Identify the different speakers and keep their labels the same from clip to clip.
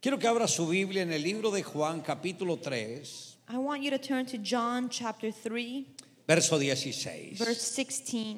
Speaker 1: Quiero que abra su Biblia en el libro de Juan capítulo 3,
Speaker 2: I want you to turn to John chapter 3,
Speaker 1: verso 16.
Speaker 2: verse 16.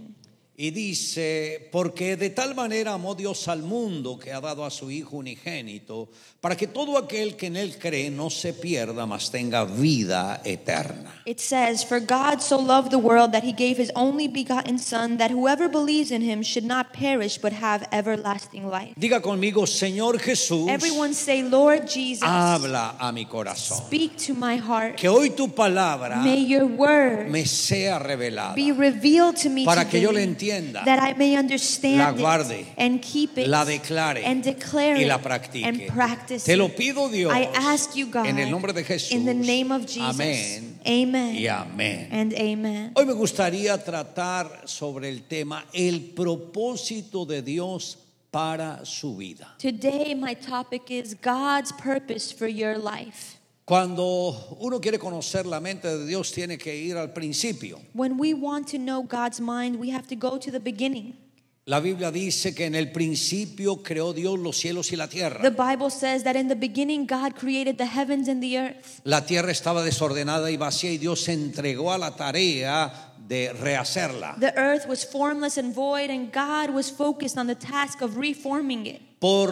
Speaker 1: Y dice, porque de tal manera amó Dios al mundo que ha dado a su Hijo unigénito, para que todo aquel que en Él cree no se pierda, mas tenga vida eterna.
Speaker 2: It says, For God so loved the world that he gave his only begotten Son, that whoever believes in him should not perish but have everlasting life.
Speaker 1: Diga conmigo, Señor Jesús,
Speaker 2: Everyone say, Lord Jesus,
Speaker 1: habla a mi corazón.
Speaker 2: speak to my heart.
Speaker 1: Que hoy tu palabra
Speaker 2: May your word
Speaker 1: me sea revelada,
Speaker 2: be revealed to me
Speaker 1: Para que
Speaker 2: today,
Speaker 1: yo la entienda,
Speaker 2: that I may
Speaker 1: la
Speaker 2: understand
Speaker 1: guarde,
Speaker 2: it and keep it
Speaker 1: la declare
Speaker 2: and declare
Speaker 1: y la
Speaker 2: it
Speaker 1: practique.
Speaker 2: and practice
Speaker 1: Te lo
Speaker 2: it.
Speaker 1: pido Dios
Speaker 2: I ask you, God,
Speaker 1: en el nombre de Jesús.
Speaker 2: in the name of Jesus.
Speaker 1: Amén
Speaker 2: Amen.
Speaker 1: y amén.
Speaker 2: And amen.
Speaker 1: Hoy me gustaría tratar sobre el tema el propósito de Dios para su vida.
Speaker 2: Today, my topic is God's purpose for your life.
Speaker 1: Cuando uno quiere conocer la mente de Dios tiene que ir al principio.
Speaker 2: When we want to know God's mind, we have to go to the beginning.
Speaker 1: La Biblia dice que en el principio creó Dios los cielos y la
Speaker 2: The
Speaker 1: tierra.
Speaker 2: Bible says that in the beginning, God created the heavens and the earth.
Speaker 1: La tierra estaba desordenada y vacía y Dios se entregó a la tarea de rehacerla.
Speaker 2: The earth was formless and void, and God was focused on the task of reforming it.
Speaker 1: Por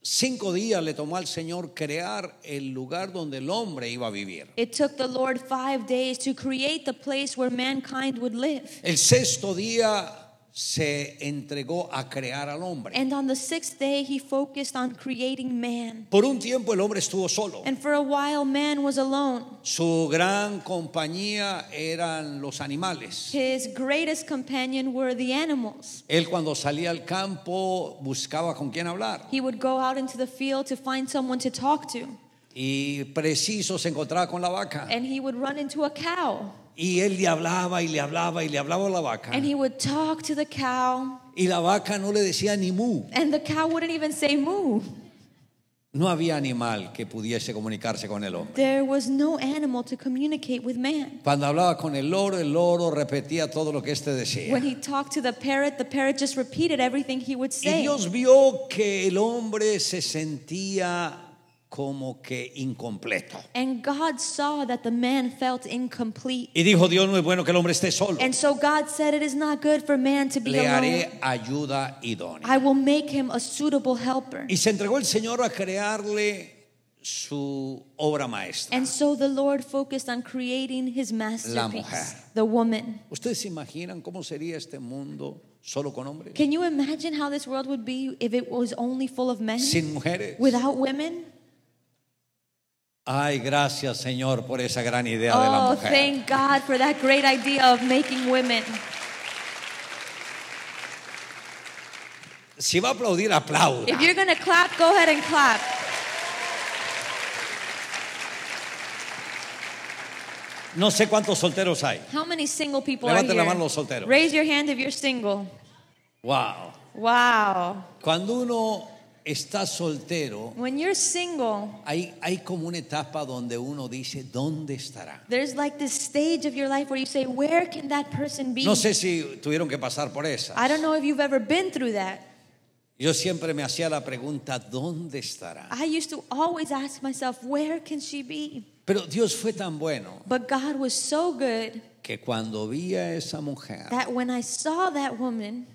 Speaker 1: cinco días le tomó al Señor crear el lugar donde el hombre iba a vivir.
Speaker 2: It took the Lord five days to create the place where mankind would live.
Speaker 1: El sexto día se entregó a crear al hombre.
Speaker 2: And on the sixth day, he focused on creating man.
Speaker 1: Por un tiempo el hombre estuvo solo.
Speaker 2: And for a while, man was alone.
Speaker 1: Su gran compañía eran los animales.
Speaker 2: His greatest companion were the animals.
Speaker 1: Él cuando salía al campo buscaba con quién hablar
Speaker 2: He would go out into the field to find someone to talk to,
Speaker 1: y preciso se encontraba con la vaca
Speaker 2: and he would run into a cow,
Speaker 1: y él le hablaba y le hablaba y le hablaba a la vaca
Speaker 2: and he would talk to the cow,
Speaker 1: y la vaca no le decía ni mu.
Speaker 2: and the cow wouldn't even say moo.
Speaker 1: No había animal que pudiese comunicarse con el hombre.
Speaker 2: There was no animal to communicate with man.
Speaker 1: Cuando hablaba con el loro, el loro repetía todo lo que éste decía.
Speaker 2: When he talked to the parrot, the parrot just repeated everything he would
Speaker 1: Y
Speaker 2: say.
Speaker 1: Dios vio que el hombre se sentía como que incompleto.
Speaker 2: And God saw that the man felt incomplete.
Speaker 1: Y dijo, Dios no es bueno que el hombre esté solo.
Speaker 2: And so God said, It is not good for man to be
Speaker 1: Le
Speaker 2: alone.
Speaker 1: haré ayuda idónea.
Speaker 2: I will make him a suitable helper.
Speaker 1: Y se entregó el Señor a crearle su obra maestra.
Speaker 2: And so the Lord focused on creating his masterpiece,
Speaker 1: mujer.
Speaker 2: the woman.
Speaker 1: ¿Ustedes se imaginan cómo sería este mundo solo con hombres?
Speaker 2: Can you imagine how this world would be if it was only full of men
Speaker 1: Sin mujeres.
Speaker 2: without women?
Speaker 1: Ay, gracias Señor por esa gran idea de la
Speaker 2: Oh,
Speaker 1: mujer.
Speaker 2: thank God for that great idea of making women.
Speaker 1: Si va a aplaudir, aplauda.
Speaker 2: If you're going to clap, go ahead and clap.
Speaker 1: No sé cuántos solteros hay.
Speaker 2: How many single people
Speaker 1: Levante
Speaker 2: are
Speaker 1: la
Speaker 2: here?
Speaker 1: mano los solteros.
Speaker 2: Raise your hand if you're single.
Speaker 1: Wow.
Speaker 2: Wow.
Speaker 1: Cuando uno está soltero,
Speaker 2: When you're single,
Speaker 1: hay, hay como una etapa donde uno dice, ¿dónde estará?
Speaker 2: there's like this stage of your life where you say, Where can that person be?
Speaker 1: No sé si tuvieron que pasar por esa.
Speaker 2: I don't know if you've ever been through that.
Speaker 1: Yo siempre me hacía la pregunta, ¿dónde estará?
Speaker 2: I used to always ask myself, where can she be?
Speaker 1: Pero Dios fue tan bueno
Speaker 2: But God was so good
Speaker 1: que cuando vi a esa mujer,
Speaker 2: that when I saw that woman,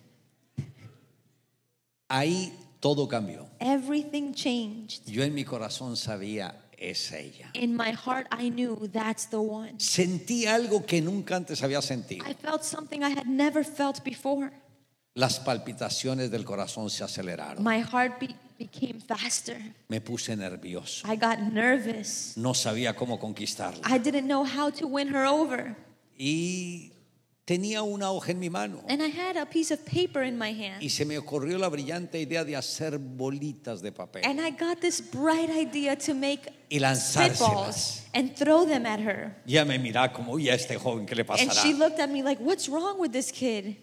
Speaker 1: ahí todo cambió.
Speaker 2: everything changed.
Speaker 1: Yo en mi corazón sabía, es ella.
Speaker 2: In my heart, I knew that's the one.
Speaker 1: Sentí algo que nunca antes había sentido.
Speaker 2: I felt something I had never felt before.
Speaker 1: Las palpitaciones del corazón se aceleraron.
Speaker 2: My heartbeat became faster.
Speaker 1: Me puse nervioso.
Speaker 2: I got nervous.
Speaker 1: No sabía cómo conquistarla.
Speaker 2: I didn't know how to win her over.
Speaker 1: Y tenía una hoja en mi mano.
Speaker 2: And I had a piece of paper in my hand.
Speaker 1: Y se me ocurrió la brillante idea de hacer bolitas de papel
Speaker 2: And I got this bright idea to make
Speaker 1: y lanzárselas.
Speaker 2: spitballs and throw them at her.
Speaker 1: Ya me miraba como, uy, a este joven, ¿qué le
Speaker 2: And
Speaker 1: pasará?
Speaker 2: she looked at me like, What's wrong with this kid?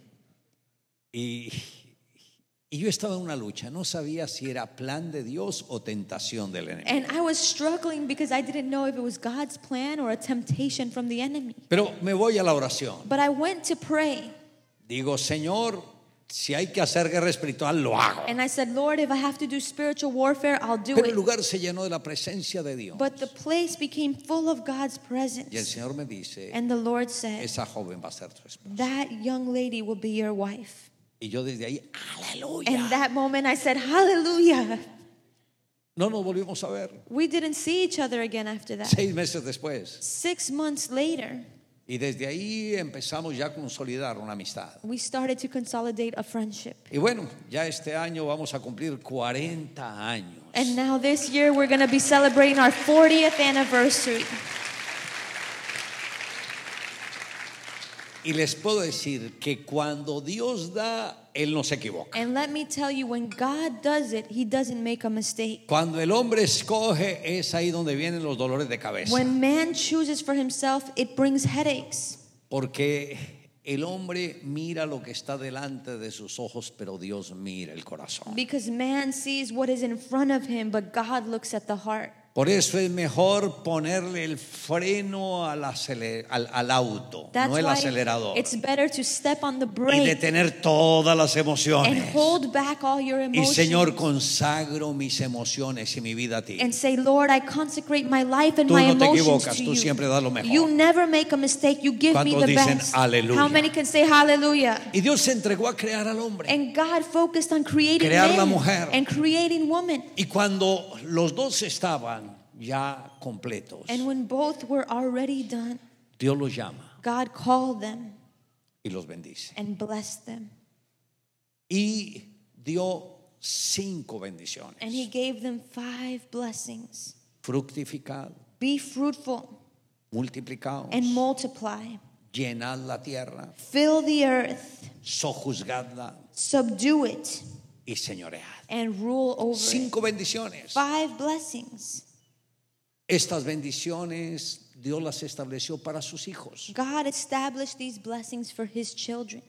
Speaker 1: Y, y yo estaba en una lucha, no sabía si era plan de Dios o tentación del enemigo.
Speaker 2: And I was struggling because I didn't know if it was God's plan or a temptation from the enemy.
Speaker 1: Pero me voy a la oración.
Speaker 2: But I went to pray.
Speaker 1: Digo, Señor, si hay que hacer guerra espiritual, lo hago.
Speaker 2: And I said, Lord, if I have to do spiritual warfare, I'll do
Speaker 1: Pero el
Speaker 2: it.
Speaker 1: lugar se llenó de la presencia de Dios.
Speaker 2: But the place became full of God's
Speaker 1: Y el
Speaker 2: presence.
Speaker 1: Señor me dice,
Speaker 2: And the Lord said,
Speaker 1: esa joven va a ser tu esposa.
Speaker 2: That young lady will be your wife.
Speaker 1: Y yo desde ahí,
Speaker 2: And
Speaker 1: aleluya.
Speaker 2: that moment I said, Hallelujah.
Speaker 1: No nos volvimos a ver.
Speaker 2: We didn't see each other again after that.
Speaker 1: Seis meses después.
Speaker 2: Six months later,
Speaker 1: Y desde ahí empezamos ya a consolidar una amistad.
Speaker 2: we started to consolidate a friendship.
Speaker 1: Y bueno, ya este año vamos a cumplir 40 años.
Speaker 2: And now this year, we're going to be celebrating our 40th anniversary.
Speaker 1: Y les puedo decir que cuando Dios da, Él no se equivoca.
Speaker 2: And let me tell you, when God does it, He doesn't make a mistake.
Speaker 1: Cuando el hombre escoge, es ahí donde vienen los dolores de cabeza.
Speaker 2: When man chooses for himself, it brings headaches.
Speaker 1: Porque el hombre mira lo que está delante de sus ojos, pero Dios mira el corazón.
Speaker 2: Because man sees what is in front of him, but God looks at the heart.
Speaker 1: Por eso es mejor ponerle el freno al, acele- al, al auto,
Speaker 2: That's
Speaker 1: no el
Speaker 2: why
Speaker 1: acelerador.
Speaker 2: it's better to step on the
Speaker 1: Y
Speaker 2: brake
Speaker 1: detener todas las
Speaker 2: and
Speaker 1: emociones.
Speaker 2: hold back all your
Speaker 1: Y
Speaker 2: emotions.
Speaker 1: Señor, consagro mis emociones y mi vida a ti.
Speaker 2: and say, Lord, I consecrate my life and
Speaker 1: Tú
Speaker 2: my
Speaker 1: no te
Speaker 2: emotions
Speaker 1: equivocas,
Speaker 2: to
Speaker 1: tú
Speaker 2: you.
Speaker 1: siempre das lo mejor.
Speaker 2: You never make a mistake. You give me
Speaker 1: ¿Cuántos
Speaker 2: the
Speaker 1: dicen
Speaker 2: best.
Speaker 1: aleluya?
Speaker 2: How many can say hallelujah?
Speaker 1: Y Dios se entregó a crear al hombre.
Speaker 2: And God focused on creating
Speaker 1: Crear la
Speaker 2: man
Speaker 1: mujer.
Speaker 2: and creating woman.
Speaker 1: Y cuando los dos estaban ya completos,
Speaker 2: And when both were already done,
Speaker 1: Dios los llama
Speaker 2: God called them
Speaker 1: y los bendice.
Speaker 2: and blessed them.
Speaker 1: Y dio cinco bendiciones.
Speaker 2: And He gave them five blessings
Speaker 1: Fructificad,
Speaker 2: Be fruitful
Speaker 1: multiplicaos,
Speaker 2: and multiply,
Speaker 1: llenad la tierra,
Speaker 2: fill the earth,
Speaker 1: sojuzgadla
Speaker 2: subdue it,
Speaker 1: y señoread.
Speaker 2: and rule over it.
Speaker 1: Cinco bendiciones.
Speaker 2: Five blessings.
Speaker 1: Estas bendiciones Dios las estableció para sus hijos.
Speaker 2: God established these blessings for his children,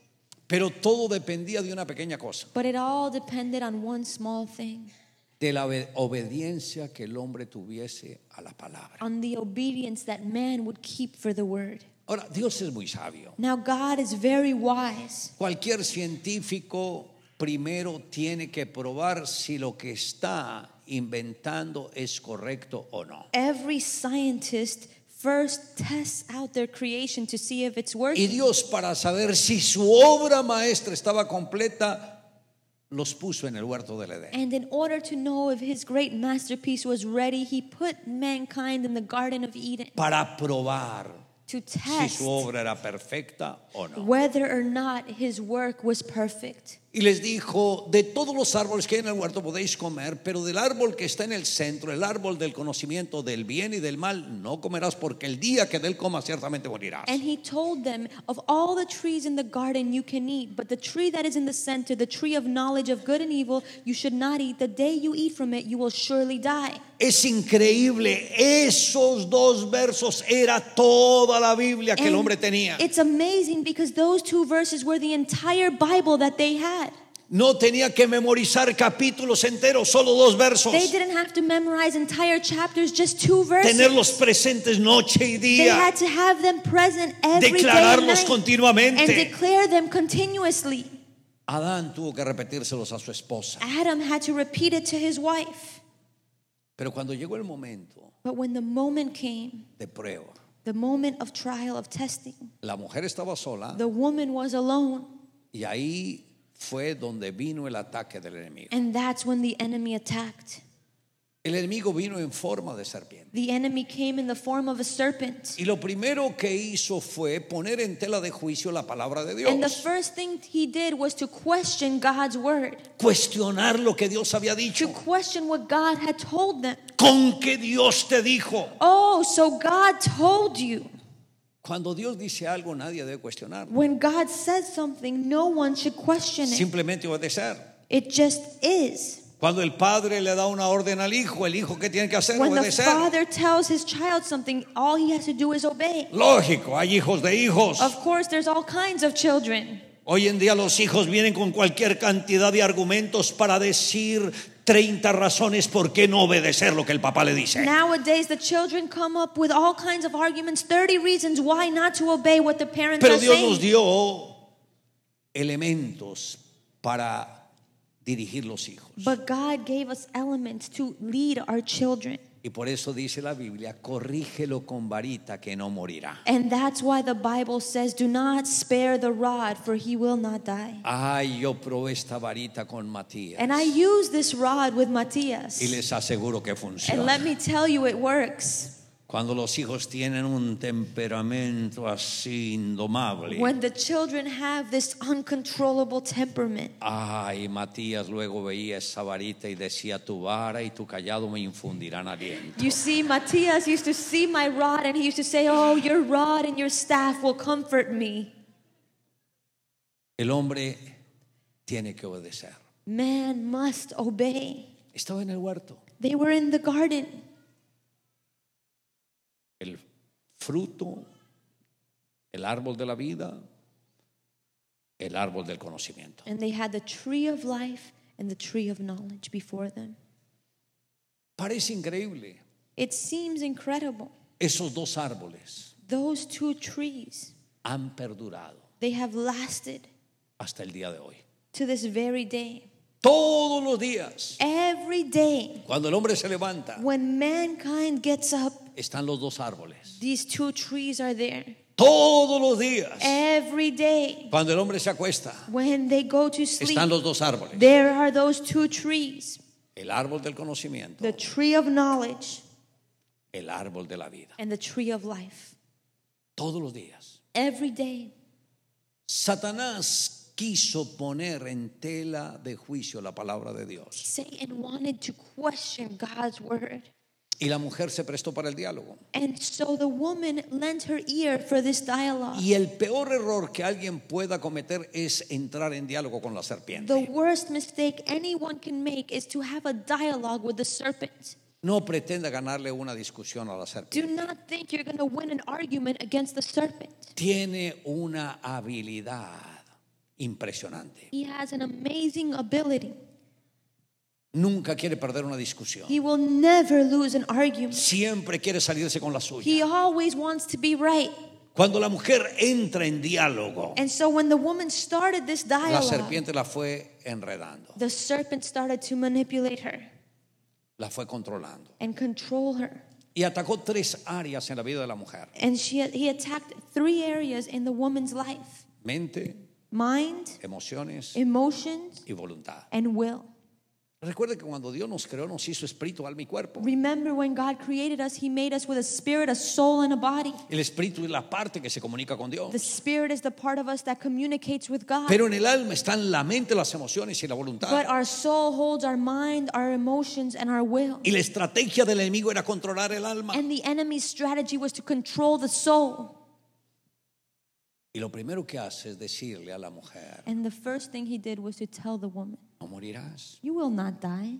Speaker 1: Pero todo dependía de una pequeña cosa,
Speaker 2: but it all depended on one small thing
Speaker 1: de la obe- obediencia que el hombre tuviese a la palabra.
Speaker 2: on the obedience that man would keep for the word.
Speaker 1: Ahora, Dios es muy sabio.
Speaker 2: Now, God is very wise.
Speaker 1: Cualquier científico primero tiene que probar si lo que está inventando es correcto o no.
Speaker 2: Every scientist first tests out their creation to see if it's
Speaker 1: Y
Speaker 2: working.
Speaker 1: Dios para saber si su obra maestra estaba completa, los puso en el huerto del Edén.
Speaker 2: And in order to know if his great masterpiece was ready, he put mankind in the Garden of Eden
Speaker 1: Para probar
Speaker 2: to
Speaker 1: si
Speaker 2: test
Speaker 1: su obra era perfecta o no.
Speaker 2: whether or not his work was perfect.
Speaker 1: Y les dijo, de todos los árboles que hay en el huerto podéis comer, pero del árbol que está en el centro, el árbol del conocimiento del bien y del mal, no comerás porque el día que del coma ciertamente morirás.
Speaker 2: And he told them, Of all the trees in the garden you can eat, but the tree that is in the center, the tree of knowledge of good and evil, you should not eat. The day you eat from it, you will surely die.
Speaker 1: Es increíble, esos dos versos era toda la Biblia que el
Speaker 2: And
Speaker 1: hombre tenía.
Speaker 2: It's amazing because those two verses were the entire Bible that they had.
Speaker 1: No tenía que memorizar capítulos enteros, solo dos versos.
Speaker 2: They didn't have to memorize entire chapters, just two verses.
Speaker 1: Tenerlos presentes noche y
Speaker 2: they
Speaker 1: día.
Speaker 2: had to have them present every day and,
Speaker 1: Declararlos
Speaker 2: night and
Speaker 1: continuamente.
Speaker 2: declare them continuously.
Speaker 1: Adán tuvo que repetírselos a su esposa.
Speaker 2: Adam had to repeat it to his wife.
Speaker 1: Pero cuando llegó el momento
Speaker 2: But when the moment came,
Speaker 1: de prueba,
Speaker 2: the moment of trial, of testing,
Speaker 1: la mujer estaba sola
Speaker 2: The woman was alone,
Speaker 1: y ahí fue donde vino el ataque del enemigo.
Speaker 2: and that's when the enemy attacked.
Speaker 1: El enemigo vino en forma de serpiente.
Speaker 2: The enemy came in the form of a serpent.
Speaker 1: Y lo primero que hizo fue poner en tela de juicio la palabra de
Speaker 2: And the
Speaker 1: Dios,
Speaker 2: first thing he did was to question God's word,
Speaker 1: cuestionar lo que Dios había
Speaker 2: to
Speaker 1: dicho,
Speaker 2: question what God had told them.
Speaker 1: con que Dios te dijo.
Speaker 2: Oh, so God told you.
Speaker 1: Cuando Dios dice algo, nadie debe cuestionarlo,
Speaker 2: When God says something, no one should question it.
Speaker 1: simplemente obedecer.
Speaker 2: It just is.
Speaker 1: Cuando el padre le da una orden al hijo, el hijo que tiene que hacer
Speaker 2: When the
Speaker 1: obedecer.
Speaker 2: father tells his child something, all he has to do is obey.
Speaker 1: Lógico, hay hijos de hijos.
Speaker 2: Of course, there's all kinds of children.
Speaker 1: Hoy en día los hijos vienen con cualquier cantidad de argumentos para decir 30 razones por qué no obedecer lo que el papá le dice.
Speaker 2: Nowadays, the children come up with all kinds of arguments, 30 reasons why not to obey what the parents
Speaker 1: Pero
Speaker 2: are
Speaker 1: Dios
Speaker 2: saying.
Speaker 1: nos dio elementos para dirigir los hijos.
Speaker 2: But God gave us elements to lead our children.
Speaker 1: Y por eso dice la Biblia, corrígelo con varita que no morirá.
Speaker 2: And that's why the Bible says, Do not spare the rod, for he will not die.
Speaker 1: Ay, yo probé esta varita con Matías
Speaker 2: And I use this rod with
Speaker 1: y
Speaker 2: Matthias.
Speaker 1: les aseguro que
Speaker 2: And let
Speaker 1: funciona.
Speaker 2: me tell you, it works.
Speaker 1: Cuando los hijos tienen un temperamento así indomable.
Speaker 2: When the children have this uncontrollable temperament,
Speaker 1: Ay, Matías luego veía esa varita y decía, tu vara y tu callado me infundirán aliento.
Speaker 2: you see, Matthias used to see my rod and he used to say, Oh, your rod and your staff will comfort me.
Speaker 1: El hombre tiene que obedecer.
Speaker 2: Man must obey.
Speaker 1: Estaba en el huerto.
Speaker 2: They were in the garden.
Speaker 1: El fruto, el árbol de la vida, el árbol del conocimiento.
Speaker 2: And they had the tree of life and the tree of knowledge before them.
Speaker 1: Parece increíble.
Speaker 2: It seems incredible.
Speaker 1: Esos dos árboles
Speaker 2: Those two trees,
Speaker 1: han perdurado
Speaker 2: they have lasted
Speaker 1: hasta el día de hoy.
Speaker 2: to this very day.
Speaker 1: Todos los días,
Speaker 2: Every day,
Speaker 1: cuando el hombre se levanta,
Speaker 2: when mankind gets up,
Speaker 1: están los dos árboles.
Speaker 2: these two trees are there.
Speaker 1: Todos los días,
Speaker 2: Eh. Every day,
Speaker 1: cuando el hombre se acuesta,
Speaker 2: when they go to
Speaker 1: están
Speaker 2: sleep,
Speaker 1: los dos árboles.
Speaker 2: there are those two trees
Speaker 1: El árbol del conocimiento,
Speaker 2: the tree of knowledge
Speaker 1: el árbol de la vida.
Speaker 2: and the tree of life.
Speaker 1: Todos los días.
Speaker 2: Every day,
Speaker 1: Satanás quiso poner en tela de juicio la palabra de Dios.
Speaker 2: Satan wanted to question God's word.
Speaker 1: Y la mujer se prestó para el diálogo.
Speaker 2: And so the woman lent her ear for this dialogue.
Speaker 1: Y el peor error que alguien pueda cometer es entrar en diálogo con la
Speaker 2: The
Speaker 1: serpiente.
Speaker 2: worst mistake anyone can make is to have a dialogue with the serpent.
Speaker 1: No pretenda ganarle una discusión a la serpiente.
Speaker 2: Do not think you're going to win an argument against the serpent.
Speaker 1: Tiene una habilidad impresionante.
Speaker 2: He has an amazing ability.
Speaker 1: Nunca quiere perder una discusión.
Speaker 2: He will never lose an argument.
Speaker 1: Siempre quiere salirse con la suya.
Speaker 2: He always wants to be right.
Speaker 1: Cuando la mujer entra en diálogo,
Speaker 2: And so when the woman started this
Speaker 1: la
Speaker 2: dialogue,
Speaker 1: serpiente la fue enredando,
Speaker 2: the serpent started to manipulate her
Speaker 1: la fue controlando.
Speaker 2: and control her.
Speaker 1: Y atacó tres áreas en la vida de la mujer.
Speaker 2: And she, he attacked three areas in the woman's life
Speaker 1: Mente,
Speaker 2: mind,
Speaker 1: emociones
Speaker 2: emotions,
Speaker 1: y voluntad.
Speaker 2: and will.
Speaker 1: Recuerde que cuando Dios nos creó nos hizo espíritu, alma y cuerpo.
Speaker 2: Remember when God created us, He made us with a spirit, a soul, and a body.
Speaker 1: El espíritu es la parte que se comunica con Dios.
Speaker 2: The spirit is the part of us that communicates with God.
Speaker 1: Pero en el alma están la mente, las emociones y la
Speaker 2: but
Speaker 1: voluntad.
Speaker 2: our soul holds our mind, our emotions, and our will.
Speaker 1: Y la estrategia del enemigo era controlar el alma.
Speaker 2: And the enemy's strategy was to control the soul.
Speaker 1: Y lo primero que hace es decirle a la mujer,
Speaker 2: And the first thing he did was to tell the woman,
Speaker 1: no morirás.
Speaker 2: You will not die.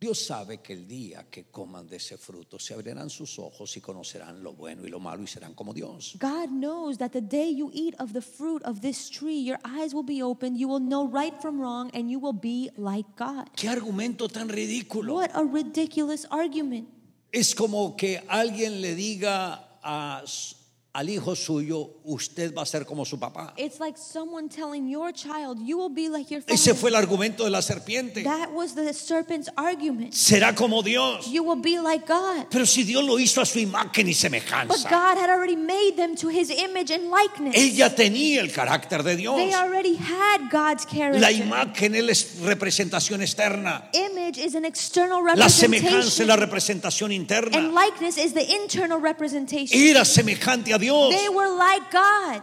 Speaker 1: Dios sabe que el día que coman de ese fruto se abrirán sus ojos y conocerán lo bueno y lo malo y serán como Dios.
Speaker 2: God knows that the day you eat of the fruit of this tree, your eyes will be opened, you will know right from wrong, and you will be like God.
Speaker 1: Qué argumento tan ridículo.
Speaker 2: What a ridiculous argument.
Speaker 1: Es como que alguien le diga a s- al hijo suyo, usted va a ser como su papá.
Speaker 2: It's like someone telling your child, you will be like your
Speaker 1: Ese
Speaker 2: father.
Speaker 1: fue el argumento de la serpiente.
Speaker 2: That was the serpent's argument.
Speaker 1: Será como Dios.
Speaker 2: You will be like God.
Speaker 1: Pero si Dios lo hizo a su imagen y
Speaker 2: But
Speaker 1: semejanza,
Speaker 2: God had already made them to his image and likeness.
Speaker 1: ella tenía el carácter de Dios.
Speaker 2: They already had God's
Speaker 1: La
Speaker 2: character.
Speaker 1: imagen es la representación externa.
Speaker 2: Image is an external
Speaker 1: La semejanza es
Speaker 2: representation,
Speaker 1: la representación
Speaker 2: and
Speaker 1: interna.
Speaker 2: likeness is the internal representation.
Speaker 1: Era semejante a Dios.
Speaker 2: They were like God.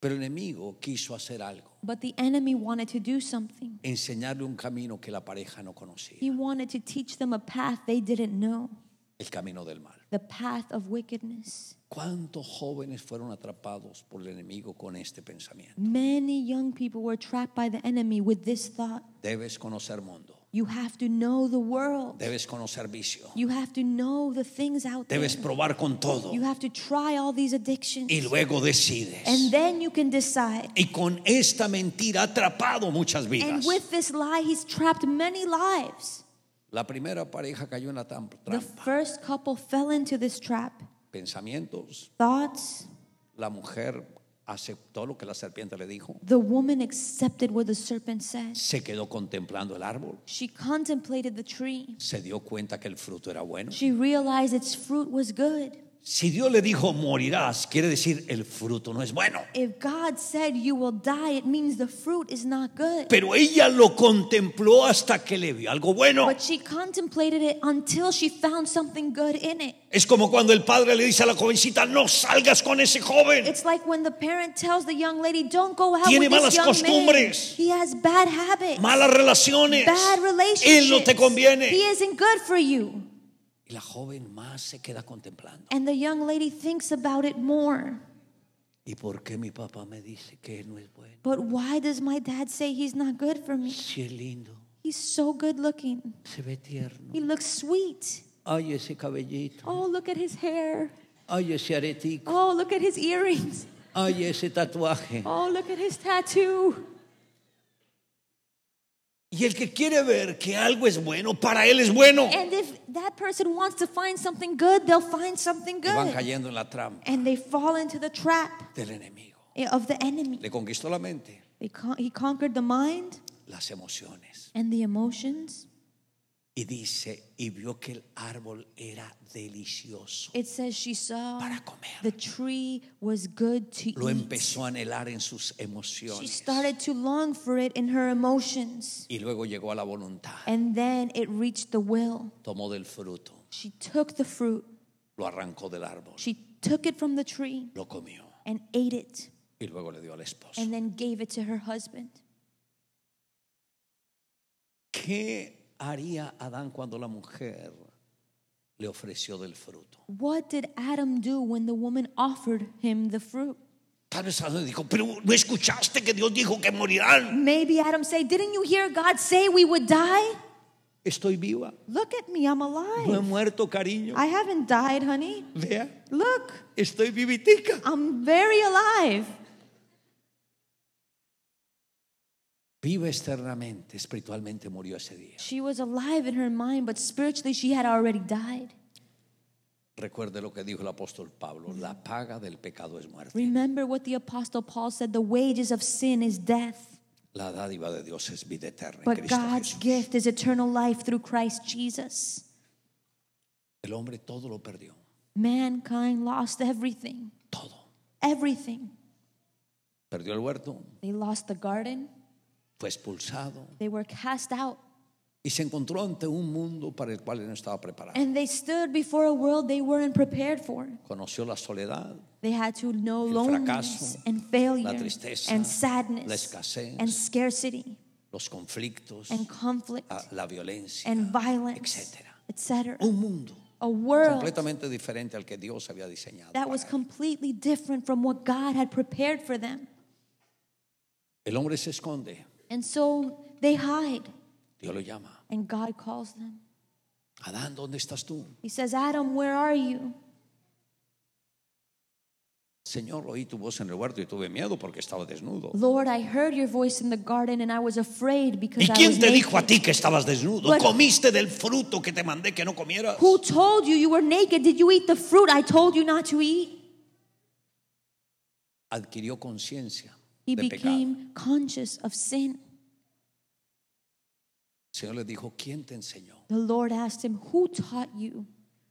Speaker 1: Pero el enemigo quiso hacer algo,
Speaker 2: But the enemy wanted to do something.
Speaker 1: enseñarle un camino que la pareja no conocía,
Speaker 2: He wanted to teach them a path they didn't know,
Speaker 1: el camino del mal.
Speaker 2: the path of wickedness.
Speaker 1: ¿Cuántos jóvenes fueron atrapados por el enemigo con este pensamiento?
Speaker 2: Many young people were trapped by the enemy with this thought.
Speaker 1: Debes conocer mundo,
Speaker 2: You have to know the world.
Speaker 1: debes conocer vicio,
Speaker 2: You have to know the things out there.
Speaker 1: debes probar con todo
Speaker 2: You have to try all these addictions.
Speaker 1: y luego
Speaker 2: And
Speaker 1: decides.
Speaker 2: then you can decide.
Speaker 1: Y con esta mentira ha atrapado muchas
Speaker 2: And
Speaker 1: vidas.
Speaker 2: with this lie, he's trapped many lives.
Speaker 1: La primera pareja cayó en la tam-
Speaker 2: The
Speaker 1: trampa.
Speaker 2: first couple fell into this trap.
Speaker 1: Pensamientos,
Speaker 2: Thoughts,
Speaker 1: la mujer aceptó lo que la serpiente le dijo,
Speaker 2: The woman accepted what the serpent said.
Speaker 1: se quedó contemplando el árbol,
Speaker 2: She contemplated the tree.
Speaker 1: se dio cuenta que el fruto era bueno.
Speaker 2: She realized its fruit was good.
Speaker 1: Si Dios le dijo morirás, quiere decir el fruto no es bueno.
Speaker 2: If God said you will die, it means the fruit is not good.
Speaker 1: Pero ella lo contempló hasta que le vio algo bueno.
Speaker 2: But she contemplated it until she found something good in it.
Speaker 1: Es como cuando el padre le dice a la jovencita, no salgas con ese joven.
Speaker 2: It's like when the parent tells the young lady, "Don't go out
Speaker 1: Tiene
Speaker 2: with
Speaker 1: malas
Speaker 2: this young man.
Speaker 1: costumbres.
Speaker 2: He has bad habits,
Speaker 1: Malas relaciones.
Speaker 2: bad relationships.
Speaker 1: Él no te
Speaker 2: He
Speaker 1: conviene.
Speaker 2: isn't good for you."
Speaker 1: Y la joven más se queda contemplando.
Speaker 2: And the young lady thinks about it more.
Speaker 1: ¿Y por qué mi papá me dice que él no es bueno?
Speaker 2: But why does my dad say he's not good for me?
Speaker 1: Si es lindo,
Speaker 2: He's so good looking.
Speaker 1: se ve tierno.
Speaker 2: He looks sweet.
Speaker 1: Ay, ese cabellito.
Speaker 2: Oh, look at his hair.
Speaker 1: Ay, ese aretico.
Speaker 2: Oh, look at his earrings.
Speaker 1: Ay, ese tatuaje.
Speaker 2: Oh, look at his tattoo.
Speaker 1: Y el que quiere ver que algo es bueno, para él es bueno.
Speaker 2: And if that person wants to find something good, they'll find something
Speaker 1: Y van
Speaker 2: good.
Speaker 1: cayendo en la trampa
Speaker 2: And they fall into the trap
Speaker 1: del enemigo.
Speaker 2: of the enemy.
Speaker 1: Le conquistó la mente,
Speaker 2: They con- he conquered the mind
Speaker 1: las emociones.
Speaker 2: and the emotions.
Speaker 1: Y dice, y vio que el árbol era delicioso
Speaker 2: It says she saw
Speaker 1: para
Speaker 2: the
Speaker 1: comer.
Speaker 2: tree was good to
Speaker 1: Lo
Speaker 2: eat.
Speaker 1: empezó a anhelar en sus
Speaker 2: She
Speaker 1: emociones.
Speaker 2: started to long for it in her emotions.
Speaker 1: Y luego llegó a la voluntad.
Speaker 2: And then it reached the will.
Speaker 1: Tomó del fruto,
Speaker 2: She took the fruit,
Speaker 1: lo arrancó del árbol,
Speaker 2: she took it from the tree
Speaker 1: lo comió
Speaker 2: and ate it,
Speaker 1: y luego le dio al esposo.
Speaker 2: and then gave it to her husband.
Speaker 1: ¿Qué haría Adán cuando la mujer le ofreció del fruto?
Speaker 2: What did Adam do when the woman offered him the fruit?
Speaker 1: Tal vez Adán dijo, pero no escuchaste que Dios dijo que morirán.
Speaker 2: Maybe Adam say, "Didn't you hear God say we would die?
Speaker 1: Estoy viva,
Speaker 2: Look at me, I'm
Speaker 1: no he
Speaker 2: alive.
Speaker 1: muerto, cariño.
Speaker 2: I haven't died, honey.
Speaker 1: Vea,
Speaker 2: Look,
Speaker 1: estoy vivitica.
Speaker 2: I'm very alive."
Speaker 1: Viva externamente, espiritualmente murió ese día.
Speaker 2: She was alive in her mind, but spiritually she had already died.
Speaker 1: Recuerde lo que dijo el apóstol Pablo,
Speaker 2: Mm.
Speaker 1: la paga del pecado es muerte,
Speaker 2: Remember what the apostle Paul said, "The wages of sin is death."
Speaker 1: la dádiva de Dios es vida eterna en
Speaker 2: But
Speaker 1: Cristo
Speaker 2: God's
Speaker 1: Jesús.
Speaker 2: gift is eternal life through Christ Jesus.
Speaker 1: El hombre todo lo perdió,
Speaker 2: Mankind lost everything.
Speaker 1: todo.
Speaker 2: Everything.
Speaker 1: Perdió el huerto,
Speaker 2: They lost the garden.
Speaker 1: fue expulsado
Speaker 2: They were cast out.
Speaker 1: y se encontró ante un mundo para el cual él no estaba preparado.
Speaker 2: And they stood before a world they weren't prepared for.
Speaker 1: Conoció la soledad,
Speaker 2: They had to know
Speaker 1: El
Speaker 2: loneliness
Speaker 1: fracaso,
Speaker 2: and failure
Speaker 1: la tristeza,
Speaker 2: and
Speaker 1: la
Speaker 2: sadness
Speaker 1: escasez.
Speaker 2: and scarcity
Speaker 1: los conflictos,
Speaker 2: and conflict
Speaker 1: la- la violencia,
Speaker 2: and violence,
Speaker 1: ah, etcétera.
Speaker 2: etc.
Speaker 1: Un mundo
Speaker 2: A world
Speaker 1: completamente diferente al que Dios había diseñado.
Speaker 2: that
Speaker 1: para
Speaker 2: was
Speaker 1: él.
Speaker 2: completely different from what God had prepared for them.
Speaker 1: El hombre se esconde,
Speaker 2: And so they hide,
Speaker 1: Dios lo llama.
Speaker 2: and God calls them.
Speaker 1: Adán, ¿dónde estás tú?
Speaker 2: He says, Adam, where are you?
Speaker 1: Señor, oí tu voz en el huerto y tuve miedo porque estaba desnudo.
Speaker 2: Lord, I heard your voice in the garden and I was afraid because
Speaker 1: ¿Y
Speaker 2: I
Speaker 1: quién
Speaker 2: was
Speaker 1: te
Speaker 2: naked.
Speaker 1: dijo a ti que estabas desnudo?
Speaker 2: But-
Speaker 1: Comiste del fruto que te mandé que no comieras.
Speaker 2: Who told you you were naked? Did you eat the fruit I told you not to eat?
Speaker 1: Adquirió conciencia
Speaker 2: He
Speaker 1: de pecado.
Speaker 2: became conscious of sin.
Speaker 1: El Señor le dijo, ¿quién te enseñó?
Speaker 2: The Lord asked him, Who taught you?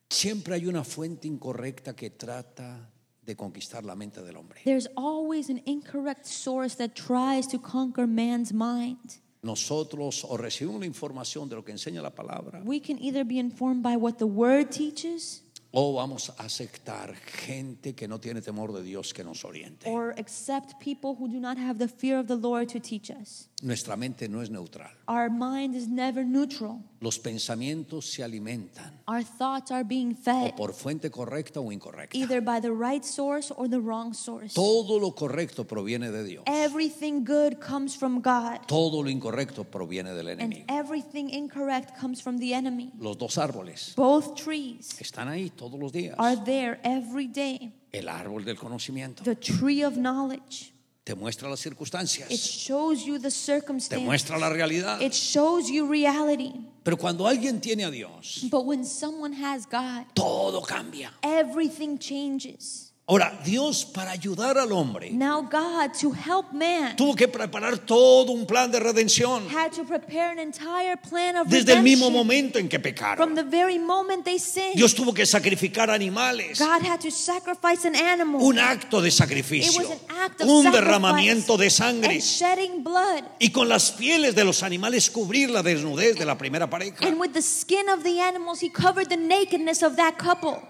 Speaker 1: Siempre hay una fuente incorrecta que trata de conquistar la mente del hombre.
Speaker 2: There's always an incorrect source that tries to conquer man's mind.
Speaker 1: Nosotros o recibimos la información de lo que enseña la palabra
Speaker 2: We can either be informed by what the word teaches
Speaker 1: o vamos a aceptar gente que no tiene temor de Dios que nos oriente.
Speaker 2: or accept people who do not have the fear of the Lord to teach us.
Speaker 1: Nuestra mente no es neutral.
Speaker 2: Our mind is never neutral.
Speaker 1: Los pensamientos se alimentan
Speaker 2: Our thoughts are being
Speaker 1: o
Speaker 2: fed
Speaker 1: por fuente correcta o incorrecta.
Speaker 2: either by the right source or the wrong source.
Speaker 1: Todo lo correcto proviene de Dios.
Speaker 2: Everything good comes from God,
Speaker 1: Todo lo incorrecto proviene del
Speaker 2: and
Speaker 1: enemigo.
Speaker 2: everything incorrect comes from the enemy.
Speaker 1: Los dos árboles
Speaker 2: Both trees
Speaker 1: están ahí todos los días.
Speaker 2: are there every day.
Speaker 1: El árbol del conocimiento
Speaker 2: The tree of knowledge,
Speaker 1: te muestra las
Speaker 2: it
Speaker 1: circunstancias,
Speaker 2: shows you the
Speaker 1: te
Speaker 2: circumstance,
Speaker 1: muestra la realidad.
Speaker 2: it shows you reality.
Speaker 1: Pero cuando alguien tiene a Dios,
Speaker 2: But when someone has God,
Speaker 1: todo cambia.
Speaker 2: everything changes.
Speaker 1: Ahora, Dios para ayudar al hombre
Speaker 2: Now, God, to help man,
Speaker 1: tuvo que preparar todo un plan de redención
Speaker 2: had to prepare an entire plan of
Speaker 1: desde el mismo
Speaker 2: redemption
Speaker 1: momento en que pecaron.
Speaker 2: from the very moment they sinned.
Speaker 1: Dios tuvo que sacrificar animales,
Speaker 2: God had to sacrifice an animal
Speaker 1: un acto de sacrificio,
Speaker 2: It was an act of
Speaker 1: un
Speaker 2: sacrifice.
Speaker 1: derramamiento de sangre
Speaker 2: and shedding blood.
Speaker 1: y con las pieles de los animales cubrir la desnudez de la primera pareja.
Speaker 2: And with the skin of the animals, he covered the nakedness of that couple.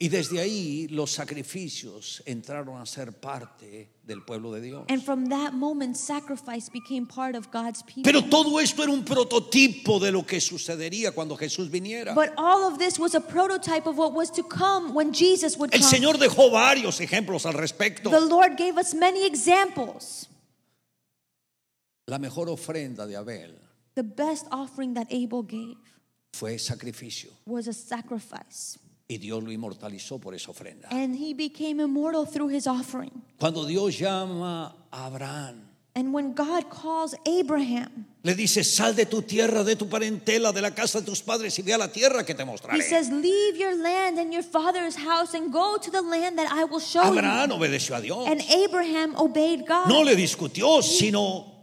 Speaker 1: Y desde ahí los sacrificios entraron a ser parte del pueblo de Dios.
Speaker 2: And from that moment, sacrifice became part of God's people.
Speaker 1: Pero todo esto era un prototipo de lo que sucedería cuando Jesús viniera.
Speaker 2: but all of this was a prototype of what was to come when Jesus would
Speaker 1: El
Speaker 2: come.
Speaker 1: Señor dejó varios ejemplos al respecto.
Speaker 2: the Lord gave us many examples.
Speaker 1: La mejor ofrenda de Abel
Speaker 2: The best offering that Abel gave
Speaker 1: fue sacrificio
Speaker 2: was a sacrifice,
Speaker 1: y Dios lo inmortalizó por esa ofrenda.
Speaker 2: and he became immortal through his offering.
Speaker 1: Cuando Dios llama a Abraham,
Speaker 2: And when God calls Abraham,
Speaker 1: le dice, sal de tu tierra, de tu parentela, de la casa de tus padres y ve a la tierra que te
Speaker 2: He
Speaker 1: mostraré.
Speaker 2: says, Leave your land and your father's house and go to the land that I will show
Speaker 1: Abraham obedeció a Dios.
Speaker 2: you. And Abraham obeyed God.
Speaker 1: No le discutió, sino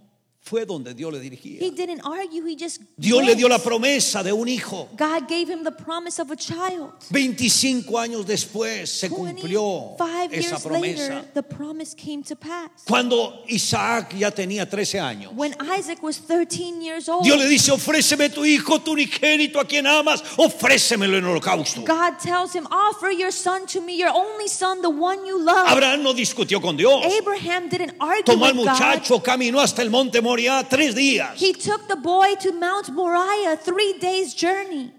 Speaker 1: fue donde Dios le
Speaker 2: He
Speaker 1: dirigía.
Speaker 2: didn't argue, he just.
Speaker 1: Dios le
Speaker 2: went.
Speaker 1: dio la promesa de un hijo.
Speaker 2: God gave him the promise of a child.
Speaker 1: 25 años después se cumplió
Speaker 2: 25
Speaker 1: esa
Speaker 2: years later,
Speaker 1: promesa.
Speaker 2: the promise came to pass.
Speaker 1: Cuando Isaac ya tenía 13 años,
Speaker 2: When Isaac was 13 years old,
Speaker 1: Dios le dice, ofréceme tu hijo, tu unigénito, a quien amas, ofrécemelo en holocausto.
Speaker 2: God tells him, Offer your son to me, your only son, the one you love.
Speaker 1: Abraham no discutió con Dios.
Speaker 2: Abraham didn't argue
Speaker 1: Tomó al
Speaker 2: with God.
Speaker 1: muchacho, caminó hasta el monte Moriah tres días.
Speaker 2: He took the boy to Mount Moriah, three days' journey.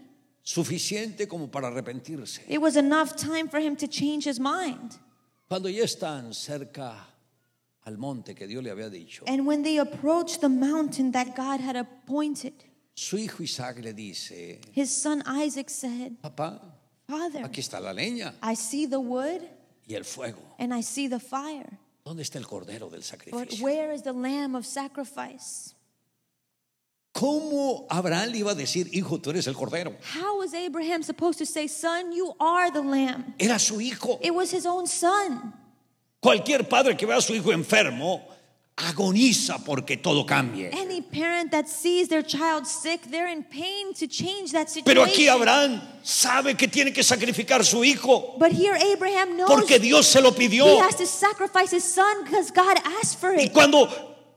Speaker 1: Suficiente como para arrepentirse.
Speaker 2: It was enough time for him to change his mind.
Speaker 1: Cuando ya están cerca al monte que Dios le había dicho,
Speaker 2: And when they approached the mountain that God had appointed,
Speaker 1: su hijo Isaac le dice,
Speaker 2: his son Isaac said,
Speaker 1: papá,
Speaker 2: Father,
Speaker 1: aquí está la leña
Speaker 2: I see the wood
Speaker 1: y el fuego.
Speaker 2: and I see the fire,
Speaker 1: ¿Dónde está el cordero del
Speaker 2: but
Speaker 1: sacrificio?
Speaker 2: where is the lamb of sacrifice?
Speaker 1: ¿Cómo Abraham le iba a decir, hijo, tú eres el cordero?
Speaker 2: How was Abraham supposed to say, Son, you are the lamb?
Speaker 1: Era su hijo.
Speaker 2: It was his own son.
Speaker 1: Cualquier padre que vea a su hijo enfermo agoniza porque todo cambie.
Speaker 2: Any parent that sees their child sick, they're in pain to change that
Speaker 1: Pero aquí
Speaker 2: situation.
Speaker 1: Abraham sabe que tiene que sacrificar su hijo
Speaker 2: But here Abraham knows
Speaker 1: porque Dios se lo pidió.
Speaker 2: He has to sacrifice his son because God asked for
Speaker 1: Y
Speaker 2: it.
Speaker 1: cuando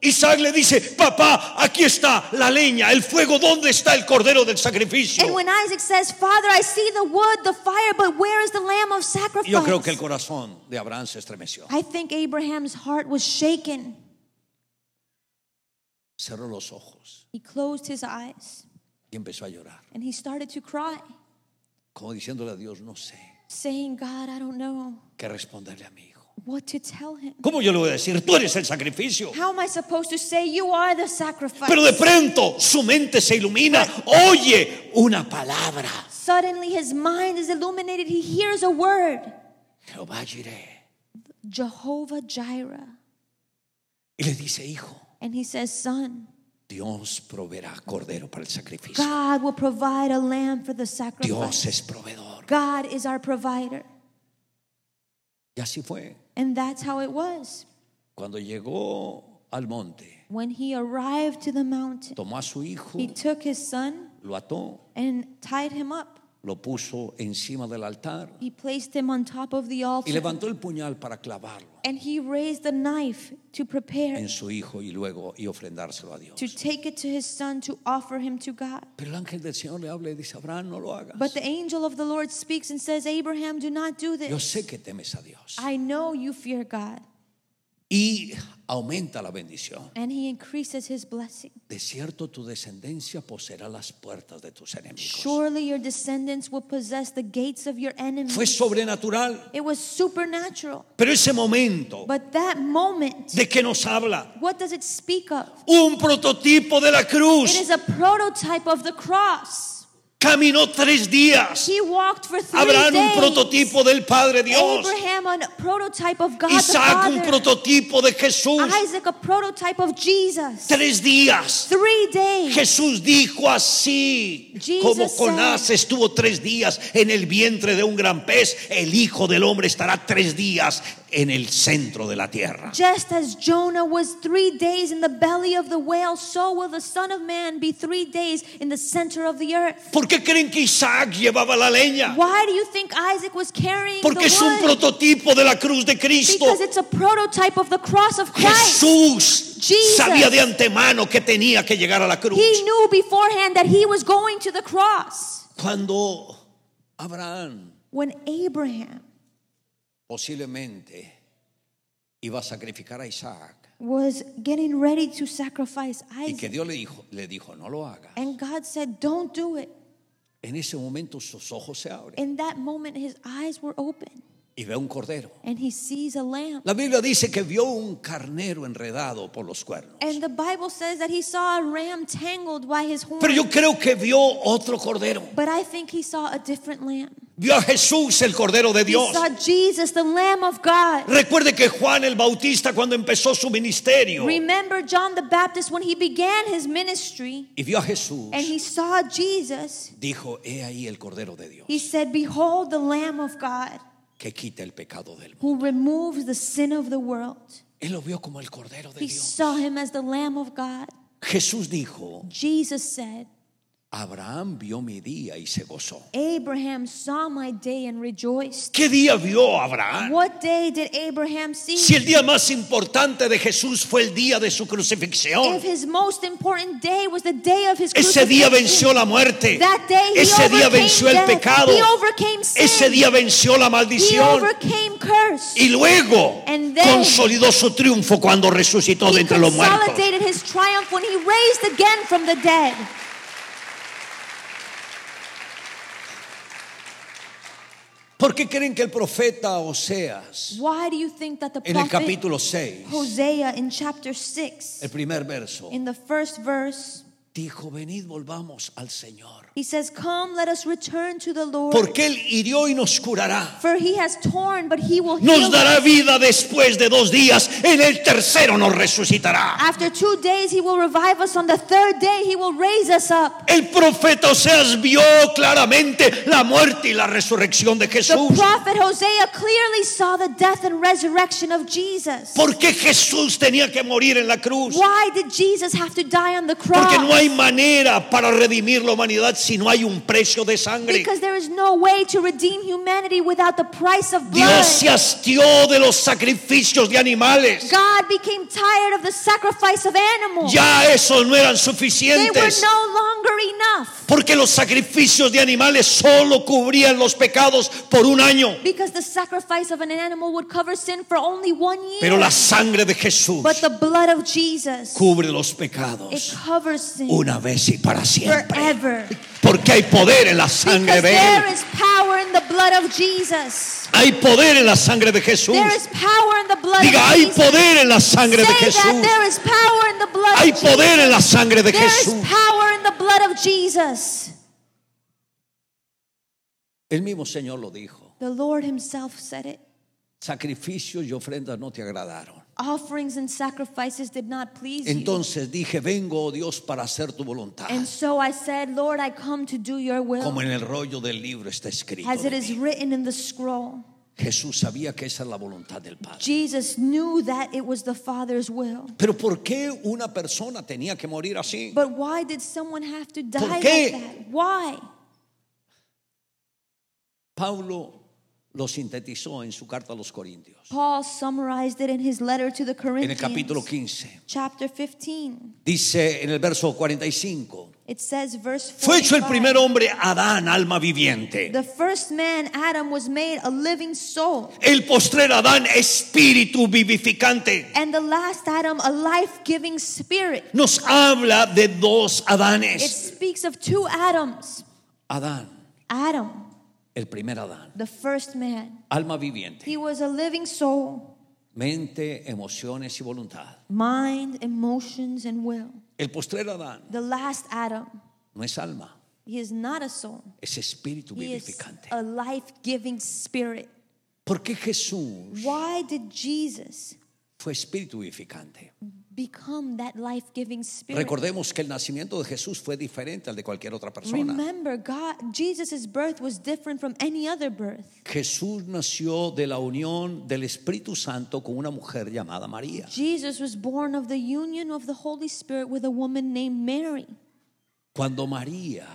Speaker 1: Isaac le dice, papá, aquí está la leña, el fuego, ¿dónde está el cordero del
Speaker 2: And
Speaker 1: sacrificio?
Speaker 2: when Isaac says, Father, I see the wood, the fire, but where is the lamb of sacrifice?
Speaker 1: Yo creo que el corazón de Abraham se estremeció.
Speaker 2: I think Abraham's heart was shaken.
Speaker 1: Cerró los ojos
Speaker 2: He closed his eyes
Speaker 1: y empezó a llorar,
Speaker 2: and he started to cry,
Speaker 1: como diciéndole a Dios, no sé
Speaker 2: saying, God, I don't know
Speaker 1: qué responderle a mi hijo.
Speaker 2: what to tell him.
Speaker 1: ¿Cómo yo le voy a decir, tú eres el sacrificio?
Speaker 2: How am I supposed to say, You are the sacrifice?
Speaker 1: Pero de pronto su mente se ilumina, oye una palabra.
Speaker 2: Suddenly his mind is illuminated. He hears a word
Speaker 1: Jehová Jireh.
Speaker 2: Jehovah Jireh.
Speaker 1: Y le dice, hijo,
Speaker 2: And he says, Son,
Speaker 1: Dios proveerá cordero para el sacrificio.
Speaker 2: God will provide a lamb for the sacrifice.
Speaker 1: Dios es proveedor.
Speaker 2: God is our provider.
Speaker 1: Y así fue.
Speaker 2: And that's how it was.
Speaker 1: Cuando llegó al monte,
Speaker 2: When he arrived to the mountain,
Speaker 1: tomó a su hijo,
Speaker 2: he took his son
Speaker 1: lo ató,
Speaker 2: and tied him up.
Speaker 1: lo puso encima del altar
Speaker 2: He placed him on top of the
Speaker 1: y
Speaker 2: altar
Speaker 1: levantó el puñal para clavarlo
Speaker 2: and he raised the knife to prepare
Speaker 1: en su hijo y luego y ofrendárselo a Dios.
Speaker 2: to take it to his son to offer him to God.
Speaker 1: Pero el ángel del Señor le habla y dice, Abraham, no lo hagas.
Speaker 2: But the angel of the Lord speaks and says, Abraham, do not do
Speaker 1: Yo
Speaker 2: this.
Speaker 1: sé que temes a Dios.
Speaker 2: I know you fear God.
Speaker 1: Y aumenta la bendición.
Speaker 2: And he increases his blessing.
Speaker 1: De cierto, tu descendencia poseerá las puertas de tus enemigos.
Speaker 2: Surely your descendants will possess the gates of your
Speaker 1: Fue
Speaker 2: enemies.
Speaker 1: sobrenatural,
Speaker 2: It was supernatural.
Speaker 1: pero ese momento
Speaker 2: But that moment,
Speaker 1: de que nos habla,
Speaker 2: what does it speak of?
Speaker 1: un prototipo de la
Speaker 2: It
Speaker 1: cruz,
Speaker 2: is a prototype of the cross.
Speaker 1: Caminó tres días.
Speaker 2: He walked for three
Speaker 1: Abraham un
Speaker 2: days.
Speaker 1: prototipo del Padre Dios.
Speaker 2: Abraham, a prototype of God
Speaker 1: Isaac un
Speaker 2: the Father.
Speaker 1: prototipo de Jesús.
Speaker 2: Isaac, a prototype of Jesus.
Speaker 1: Tres días.
Speaker 2: Three days.
Speaker 1: Jesús dijo así,
Speaker 2: Jesus
Speaker 1: como
Speaker 2: said-
Speaker 1: Conás estuvo tres días en el vientre de un gran pez, el Hijo del Hombre estará tres días en el centro de la tierra.
Speaker 2: Just as Jonah was three days in the belly of the whale, so will the Son of Man be three days in the center of the earth.
Speaker 1: ¿Por qué creen que Isaac llevaba la leña?
Speaker 2: Why do you think Isaac was carrying
Speaker 1: Porque es un
Speaker 2: the wood?
Speaker 1: prototipo de la cruz de Cristo.
Speaker 2: Because it's a prototype of the cross of Christ.
Speaker 1: Jesús
Speaker 2: Jesus.
Speaker 1: sabía de antemano que tenía que llegar a la cruz.
Speaker 2: He knew beforehand that he was going to the cross.
Speaker 1: Cuando Abraham
Speaker 2: When Abraham
Speaker 1: posiblemente iba a sacrificar a Isaac
Speaker 2: was getting ready to sacrifice
Speaker 1: y que
Speaker 2: Isaac,
Speaker 1: Dios le dijo, le dijo no lo hagas.
Speaker 2: and God said, Don't do it.
Speaker 1: En ese momento sus ojos se abren
Speaker 2: In that moment, his eyes were open
Speaker 1: y ve un cordero.
Speaker 2: and he sees a lamb.
Speaker 1: La Biblia dice que vio un carnero enredado por los cuernos.
Speaker 2: And the Bible says that he saw a ram tangled by his horns.
Speaker 1: Pero yo creo que vio otro cordero.
Speaker 2: But I think he saw a different lamb.
Speaker 1: Vio a Jesús, el cordero de Dios.
Speaker 2: He saw Jesus, the Lamb of God.
Speaker 1: Recuerde que Juan el Bautista cuando empezó su ministerio
Speaker 2: Remember John the Baptist when he began his ministry
Speaker 1: y vio a Jesús,
Speaker 2: and he saw Jesus.
Speaker 1: dijo, he ahí el cordero de Dios
Speaker 2: He said, Behold, the Lamb of God
Speaker 1: que quita el pecado del mundo.
Speaker 2: who removes the sin of the world.
Speaker 1: Él lo vio como el cordero de
Speaker 2: He
Speaker 1: Dios.
Speaker 2: saw him as the Lamb of God.
Speaker 1: Jesús dijo,
Speaker 2: Jesus said,
Speaker 1: Abraham vio mi día y se gozó.
Speaker 2: Abraham saw my day and rejoiced.
Speaker 1: ¿Qué día vio Abraham?
Speaker 2: What day did Abraham
Speaker 1: Si
Speaker 2: see?
Speaker 1: el día más importante de Jesús fue el día de su crucifixión,
Speaker 2: If his most important day was the day of his
Speaker 1: ese día
Speaker 2: crucifixion,
Speaker 1: venció la muerte,
Speaker 2: That day he
Speaker 1: ese día
Speaker 2: overcame
Speaker 1: venció el
Speaker 2: death.
Speaker 1: pecado,
Speaker 2: He overcame sin.
Speaker 1: ese día venció la
Speaker 2: He
Speaker 1: maldición
Speaker 2: overcame curse.
Speaker 1: y luego
Speaker 2: And then-
Speaker 1: consolidó su triunfo cuando resucitó de
Speaker 2: he
Speaker 1: entre los muertos.
Speaker 2: consolidated his triumph when he raised again from the dead.
Speaker 1: ¿Por qué creen que el profeta Oseas,
Speaker 2: Why do you think that the
Speaker 1: en el
Speaker 2: prophet
Speaker 1: capítulo 6,
Speaker 2: Hosea in chapter 6,
Speaker 1: el primer verso,
Speaker 2: in the first verse,
Speaker 1: dijo, venid, volvamos al Señor?
Speaker 2: he says, Come, let us return to the Lord.
Speaker 1: Porque Él hirió y nos curará.
Speaker 2: For he has torn, but he will
Speaker 1: Nos
Speaker 2: heal.
Speaker 1: dará vida después de dos días. En el tercero nos resucitará.
Speaker 2: After two days, he will revive us. On the third day, he will raise us up.
Speaker 1: El profeta Oseas vio claramente la muerte y la resurrección de
Speaker 2: The
Speaker 1: Jesús.
Speaker 2: prophet Hosea clearly saw the death and resurrection of Jesus.
Speaker 1: ¿Por qué Jesús tenía que morir en la cruz?
Speaker 2: Why did Jesus have to die on the cross?
Speaker 1: Porque no hay manera para redimir la humanidad si no hay un precio de sangre.
Speaker 2: Because there is no way to redeem humanity without the price of blood.
Speaker 1: Dios se hastió de los sacrificios de animales.
Speaker 2: God became tired of the sacrifice of animals.
Speaker 1: Ya esos no eran
Speaker 2: They were
Speaker 1: suficientes.
Speaker 2: no longer enough.
Speaker 1: Porque los sacrificios de animales solo cubrían los pecados por un año.
Speaker 2: Because the sacrifice of an animal would cover sin for only one year.
Speaker 1: Pero la sangre de Jesús
Speaker 2: but the blood of Jesus,
Speaker 1: cubre los
Speaker 2: it
Speaker 1: pecados
Speaker 2: covers sin
Speaker 1: una vez y para siempre.
Speaker 2: forever.
Speaker 1: Porque hay poder en la sangre
Speaker 2: Because
Speaker 1: de
Speaker 2: there
Speaker 1: Él.
Speaker 2: is power in the blood of Jesus.
Speaker 1: Hay poder en la sangre de Jesús.
Speaker 2: There is power in the blood
Speaker 1: Diga,
Speaker 2: of
Speaker 1: hay
Speaker 2: Jesus.
Speaker 1: poder en la sangre de
Speaker 2: Say that
Speaker 1: Jesús.
Speaker 2: there is power in the blood
Speaker 1: Hay
Speaker 2: of Jesus.
Speaker 1: poder en la sangre de
Speaker 2: There is
Speaker 1: Jesús.
Speaker 2: power in the blood of Jesus.
Speaker 1: El mismo Señor lo dijo.
Speaker 2: The Lord Himself said it.
Speaker 1: Sacrificios y ofrendas no te agradaron.
Speaker 2: Offerings and sacrifices did not please you.
Speaker 1: Entonces dije, vengo, oh Dios, para hacer tu voluntad.
Speaker 2: And so I said, Lord, I come to do your
Speaker 1: Como
Speaker 2: will,
Speaker 1: en el rollo del libro está escrito.
Speaker 2: as
Speaker 1: de
Speaker 2: it is
Speaker 1: mí.
Speaker 2: written in the scroll.
Speaker 1: Jesús sabía que esa es la voluntad del Padre.
Speaker 2: Jesus knew that it was the Father's will.
Speaker 1: Pero ¿por qué una persona tenía que morir así?
Speaker 2: But why did someone have to die like
Speaker 1: qué?
Speaker 2: that? Why?
Speaker 1: Pablo lo sintetizó en su carta a los Corintios.
Speaker 2: Paul summarized it in his letter to the
Speaker 1: En el capítulo
Speaker 2: Corinthians,
Speaker 1: 15.
Speaker 2: chapter 15.
Speaker 1: Dice en el verso 45.
Speaker 2: It says, verse 45,
Speaker 1: Fue hecho el primer hombre Adán, alma viviente.
Speaker 2: The first man, Adam, was made a living soul.
Speaker 1: El postrer Adán, espíritu vivificante.
Speaker 2: And the last Adam, a life giving spirit.
Speaker 1: Nos habla de dos
Speaker 2: It
Speaker 1: Adanes.
Speaker 2: speaks of two Adams
Speaker 1: Adán,
Speaker 2: Adam,
Speaker 1: el primer Adán,
Speaker 2: the first man,
Speaker 1: alma viviente.
Speaker 2: he was a living soul,
Speaker 1: Mente, emociones y voluntad.
Speaker 2: mind, emotions, and will.
Speaker 1: El postrer Adán
Speaker 2: The last Adam
Speaker 1: no es alma,
Speaker 2: He is not a soul.
Speaker 1: ese espíritu
Speaker 2: He is
Speaker 1: vivificante.
Speaker 2: a life-giving spirit.
Speaker 1: ¿Por qué Jesús
Speaker 2: Why did Jesus
Speaker 1: fue espíritu vivificante?
Speaker 2: become that life-giving spirit?
Speaker 1: Recordemos que el nacimiento de Jesús fue diferente al de cualquier otra persona.
Speaker 2: Remember, God, Jesus' birth was different from any other birth.
Speaker 1: Jesús nació de la unión del Espíritu Santo con una mujer llamada María.
Speaker 2: Jesus was born of the union of the Holy Spirit with a woman named Mary.
Speaker 1: Cuando María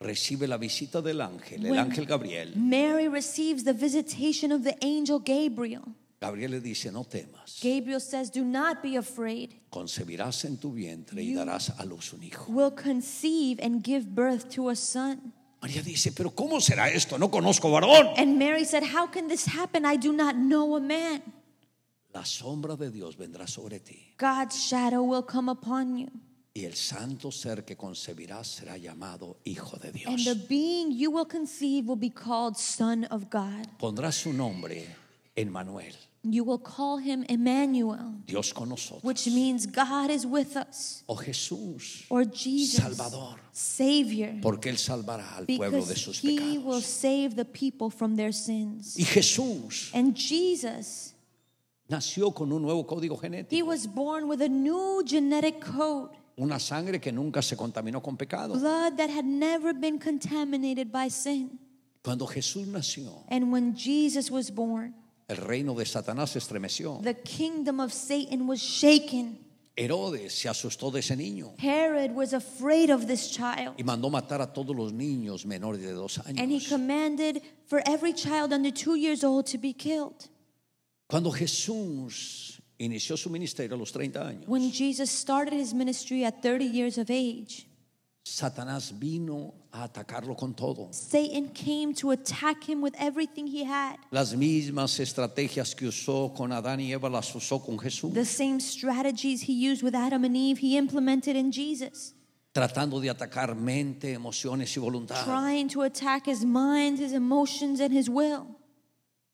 Speaker 1: recibe la visita del ángel, el
Speaker 2: When-
Speaker 1: ángel Gabriel,
Speaker 2: Mary receives the visitation of the angel Gabriel.
Speaker 1: Gabriel le dice, no temas,
Speaker 2: Gabriel says, Do not be afraid.
Speaker 1: concebirás en tu vientre y
Speaker 2: You-
Speaker 1: darás a luz un hijo.
Speaker 2: Will conceive and give birth to a son.
Speaker 1: María dice, pero ¿cómo será esto? No conozco varón.
Speaker 2: And Mary said, How can this happen? I do not know a man.
Speaker 1: La sombra de Dios vendrá sobre ti
Speaker 2: God's shadow will come upon you.
Speaker 1: y el santo ser que concebirás será llamado Hijo de
Speaker 2: And the
Speaker 1: Dios.
Speaker 2: being you will conceive will be called Son of God.
Speaker 1: Pondrás su nombre en Manuel,
Speaker 2: You will call him Emmanuel,
Speaker 1: Dios con nosotros.
Speaker 2: which means God is with us,
Speaker 1: O Jesús,
Speaker 2: or Jesus,
Speaker 1: Salvador.
Speaker 2: Savior,
Speaker 1: porque Él salvará al pueblo de
Speaker 2: because
Speaker 1: sus
Speaker 2: he will
Speaker 1: pecados.
Speaker 2: save the people from their sins.
Speaker 1: Y Jesús
Speaker 2: And Jesus,
Speaker 1: nació con un nuevo código
Speaker 2: he
Speaker 1: genético,
Speaker 2: was born with a new genetic code,
Speaker 1: una sangre que nunca se contaminó con pecado.
Speaker 2: blood that had never been contaminated by sin.
Speaker 1: Cuando Jesús nació,
Speaker 2: And when Jesus was born,
Speaker 1: el reino de Satanás se estremeció.
Speaker 2: the kingdom of Satan was shaken.
Speaker 1: Herodes se asustó de ese niño
Speaker 2: Herod was afraid of this child.
Speaker 1: y mandó matar a todos los niños menores de dos
Speaker 2: And he
Speaker 1: años.
Speaker 2: commanded for every child under two years old to be killed.
Speaker 1: Cuando Jesús inició su ministerio a los 30 años,
Speaker 2: When Jesus started his ministry at 30 years of age,
Speaker 1: Satanás vino a atacarlo con todo.
Speaker 2: Satan came to attack him with everything he had.
Speaker 1: Las mismas estrategias que usó con Adán y Eva las usó con Jesús,
Speaker 2: The same strategies he used with Adam and Eve, he implemented in Jesus,
Speaker 1: tratando de atacar mente, emociones y voluntad.
Speaker 2: trying to attack his mind, his emotions, and his will.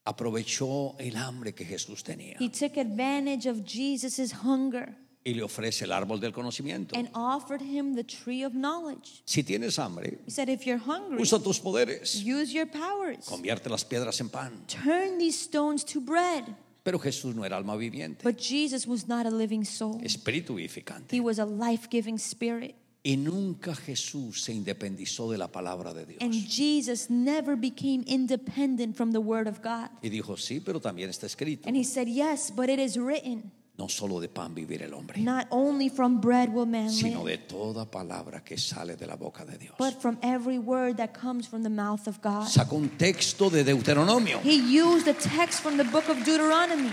Speaker 1: Aprovechó el hambre que Jesús tenía
Speaker 2: He took advantage of Jesus' hunger
Speaker 1: y le ofrece el árbol del conocimiento.
Speaker 2: and offered him the tree of knowledge.
Speaker 1: Si tienes hambre,
Speaker 2: He said, If you're hungry,
Speaker 1: usa tus poderes,
Speaker 2: use your powers,
Speaker 1: convierte las piedras en pan.
Speaker 2: turn these stones to bread.
Speaker 1: Pero Jesús no era alma viviente,
Speaker 2: But Jesus was not a living soul.
Speaker 1: espíritu vivificante.
Speaker 2: He was a life giving spirit.
Speaker 1: Y nunca Jesús se independizó de la palabra de Dios.
Speaker 2: And Jesus never became independent from the Word of God.
Speaker 1: Y dijo, sí, pero también está escrito,
Speaker 2: And he said, Yes, but it is written,
Speaker 1: no solo de pan vivir el hombre,
Speaker 2: not only from bread will man
Speaker 1: sino
Speaker 2: live,
Speaker 1: de toda palabra que sale de la boca de Dios.
Speaker 2: but from every word that comes from the mouth of God.
Speaker 1: Sacó un texto de Deuteronomio.
Speaker 2: He used a text from the book of Deuteronomy.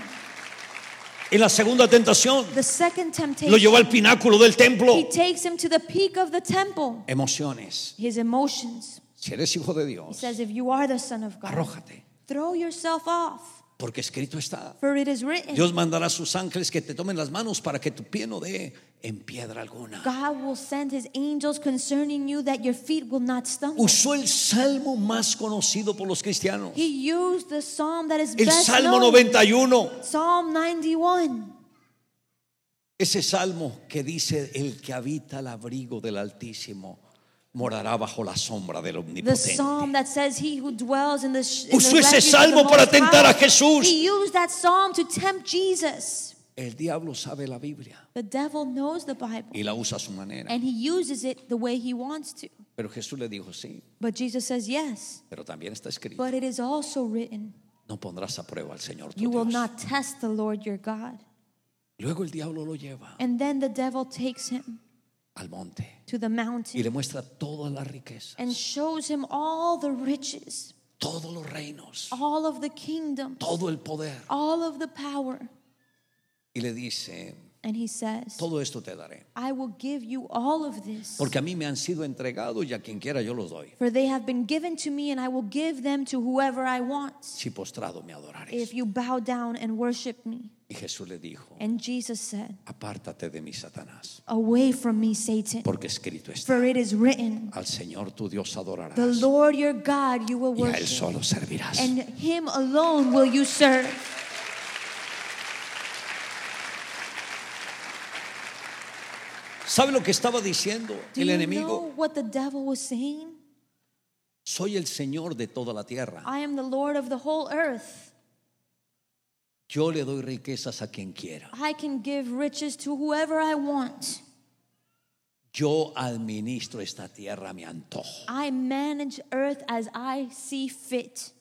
Speaker 1: Y la segunda tentación
Speaker 2: The second
Speaker 1: lo
Speaker 2: temptation,
Speaker 1: llevó al pináculo del templo.
Speaker 2: he takes him to the peak of the temple,
Speaker 1: Emociones.
Speaker 2: his emotions.
Speaker 1: Si eres hijo de
Speaker 2: He
Speaker 1: Dios,
Speaker 2: says, If you are the Son of God,
Speaker 1: arrójate,
Speaker 2: throw yourself off,
Speaker 1: porque escrito está.
Speaker 2: for it is written.
Speaker 1: Dios mandará a sus ángeles que te tomen las manos para que tu pie no dé en piedra alguna.
Speaker 2: God will send his angels concerning you that your feet will not stumble.
Speaker 1: Usó el salmo más conocido por los cristianos.
Speaker 2: He used the psalm that is
Speaker 1: El
Speaker 2: best
Speaker 1: Salmo
Speaker 2: known,
Speaker 1: 91.
Speaker 2: Psalm 91.
Speaker 1: Ese salmo que dice, el que habita al abrigo del Altísimo morará bajo la sombra del
Speaker 2: The
Speaker 1: Omnipotente.
Speaker 2: psalm that says he who dwells in the, sh- in the
Speaker 1: Usó ese
Speaker 2: refuge of
Speaker 1: salmo
Speaker 2: the
Speaker 1: para
Speaker 2: Most
Speaker 1: tentar a
Speaker 2: High.
Speaker 1: Jesús.
Speaker 2: He used that psalm to tempt Jesus.
Speaker 1: El diablo sabe la Biblia
Speaker 2: The devil knows the Bible
Speaker 1: y la usa a su manera.
Speaker 2: and he uses it the way he wants to.
Speaker 1: Pero Jesús le dijo, sí,
Speaker 2: But Jesus says, Yes,
Speaker 1: pero también está escrito,
Speaker 2: but it is also written,
Speaker 1: no pondrás a prueba al Señor tu
Speaker 2: You will
Speaker 1: Dios.
Speaker 2: not test the Lord your God.
Speaker 1: Luego el diablo lo lleva
Speaker 2: And then the devil takes him
Speaker 1: al monte
Speaker 2: to the mountain.
Speaker 1: y le muestra toda la riqueza,
Speaker 2: and shows him all the riches,
Speaker 1: todos los reinos,
Speaker 2: all of the kingdom,
Speaker 1: todo el poder.
Speaker 2: all of the power.
Speaker 1: Y le dice,
Speaker 2: And he says,
Speaker 1: todo esto te daré,
Speaker 2: I will give you all of this,
Speaker 1: porque a mí me han sido entregados y a quien quiera yo los doy,
Speaker 2: for they have been given to me, and I will give them to whoever I want,
Speaker 1: si postrado me adoraréis.
Speaker 2: if you bow down and worship me.
Speaker 1: Y Jesús le dijo,
Speaker 2: And Jesus said,
Speaker 1: apártate de mí, Satanás,
Speaker 2: Away from me, Satan,
Speaker 1: porque escrito está,
Speaker 2: for it is written,
Speaker 1: al Señor tu Dios adorarás
Speaker 2: The Lord your God you will
Speaker 1: y a Él
Speaker 2: worship,
Speaker 1: solo servirás.
Speaker 2: and him alone will you serve.
Speaker 1: ¿Sabe lo que estaba diciendo
Speaker 2: Do
Speaker 1: el
Speaker 2: you
Speaker 1: enemigo?
Speaker 2: know what the devil was saying?
Speaker 1: Soy el Señor de toda la tierra.
Speaker 2: I am the Lord of the whole earth.
Speaker 1: Yo le doy riquezas a quien quiera.
Speaker 2: I can give riches to whoever I want.
Speaker 1: Yo administro esta tierra a mi antojo.
Speaker 2: I manage earth as I see fit.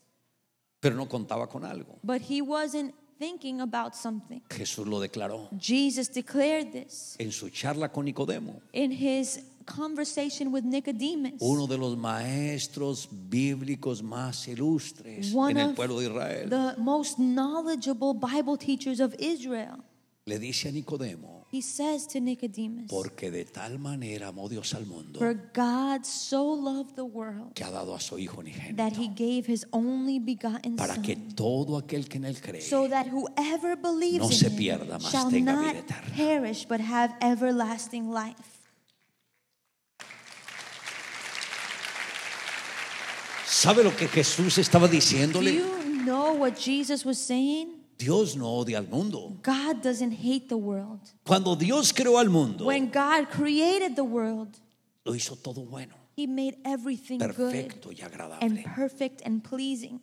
Speaker 1: Pero no contaba con algo.
Speaker 2: But he wasn't thinking about something.
Speaker 1: Jesús lo declaró
Speaker 2: Jesus declared this
Speaker 1: en su charla con Nicodemo,
Speaker 2: in his conversation with Nicodemus,
Speaker 1: uno de los maestros bíblicos más ilustres en
Speaker 2: One
Speaker 1: el
Speaker 2: of
Speaker 1: pueblo de Israel.
Speaker 2: the most knowledgeable Bible teachers of Israel.
Speaker 1: Le dice a Nicodemo,
Speaker 2: He says to Nicodemus,
Speaker 1: porque de tal manera amó Dios al mundo
Speaker 2: For God so loved the world
Speaker 1: que ha dado a su Hijo
Speaker 2: that he
Speaker 1: unigénito,
Speaker 2: gave his only begotten
Speaker 1: para que
Speaker 2: Son,
Speaker 1: todo aquel que en él cree
Speaker 2: so that whoever believes
Speaker 1: no
Speaker 2: in
Speaker 1: se
Speaker 2: him
Speaker 1: pierda, mas
Speaker 2: shall
Speaker 1: tenga
Speaker 2: not
Speaker 1: vida eterna."
Speaker 2: perish but have everlasting life.
Speaker 1: ¿Sabe lo que Jesús estaba
Speaker 2: Do
Speaker 1: diciéndole?
Speaker 2: you know what Jesus was saying?
Speaker 1: Dios no odia al mundo.
Speaker 2: God doesn't hate the world.
Speaker 1: Cuando Dios creó al mundo,
Speaker 2: When God created the world,
Speaker 1: lo hizo todo bueno,
Speaker 2: He made everything good
Speaker 1: perfecto y
Speaker 2: and
Speaker 1: agradable.
Speaker 2: perfect and pleasing.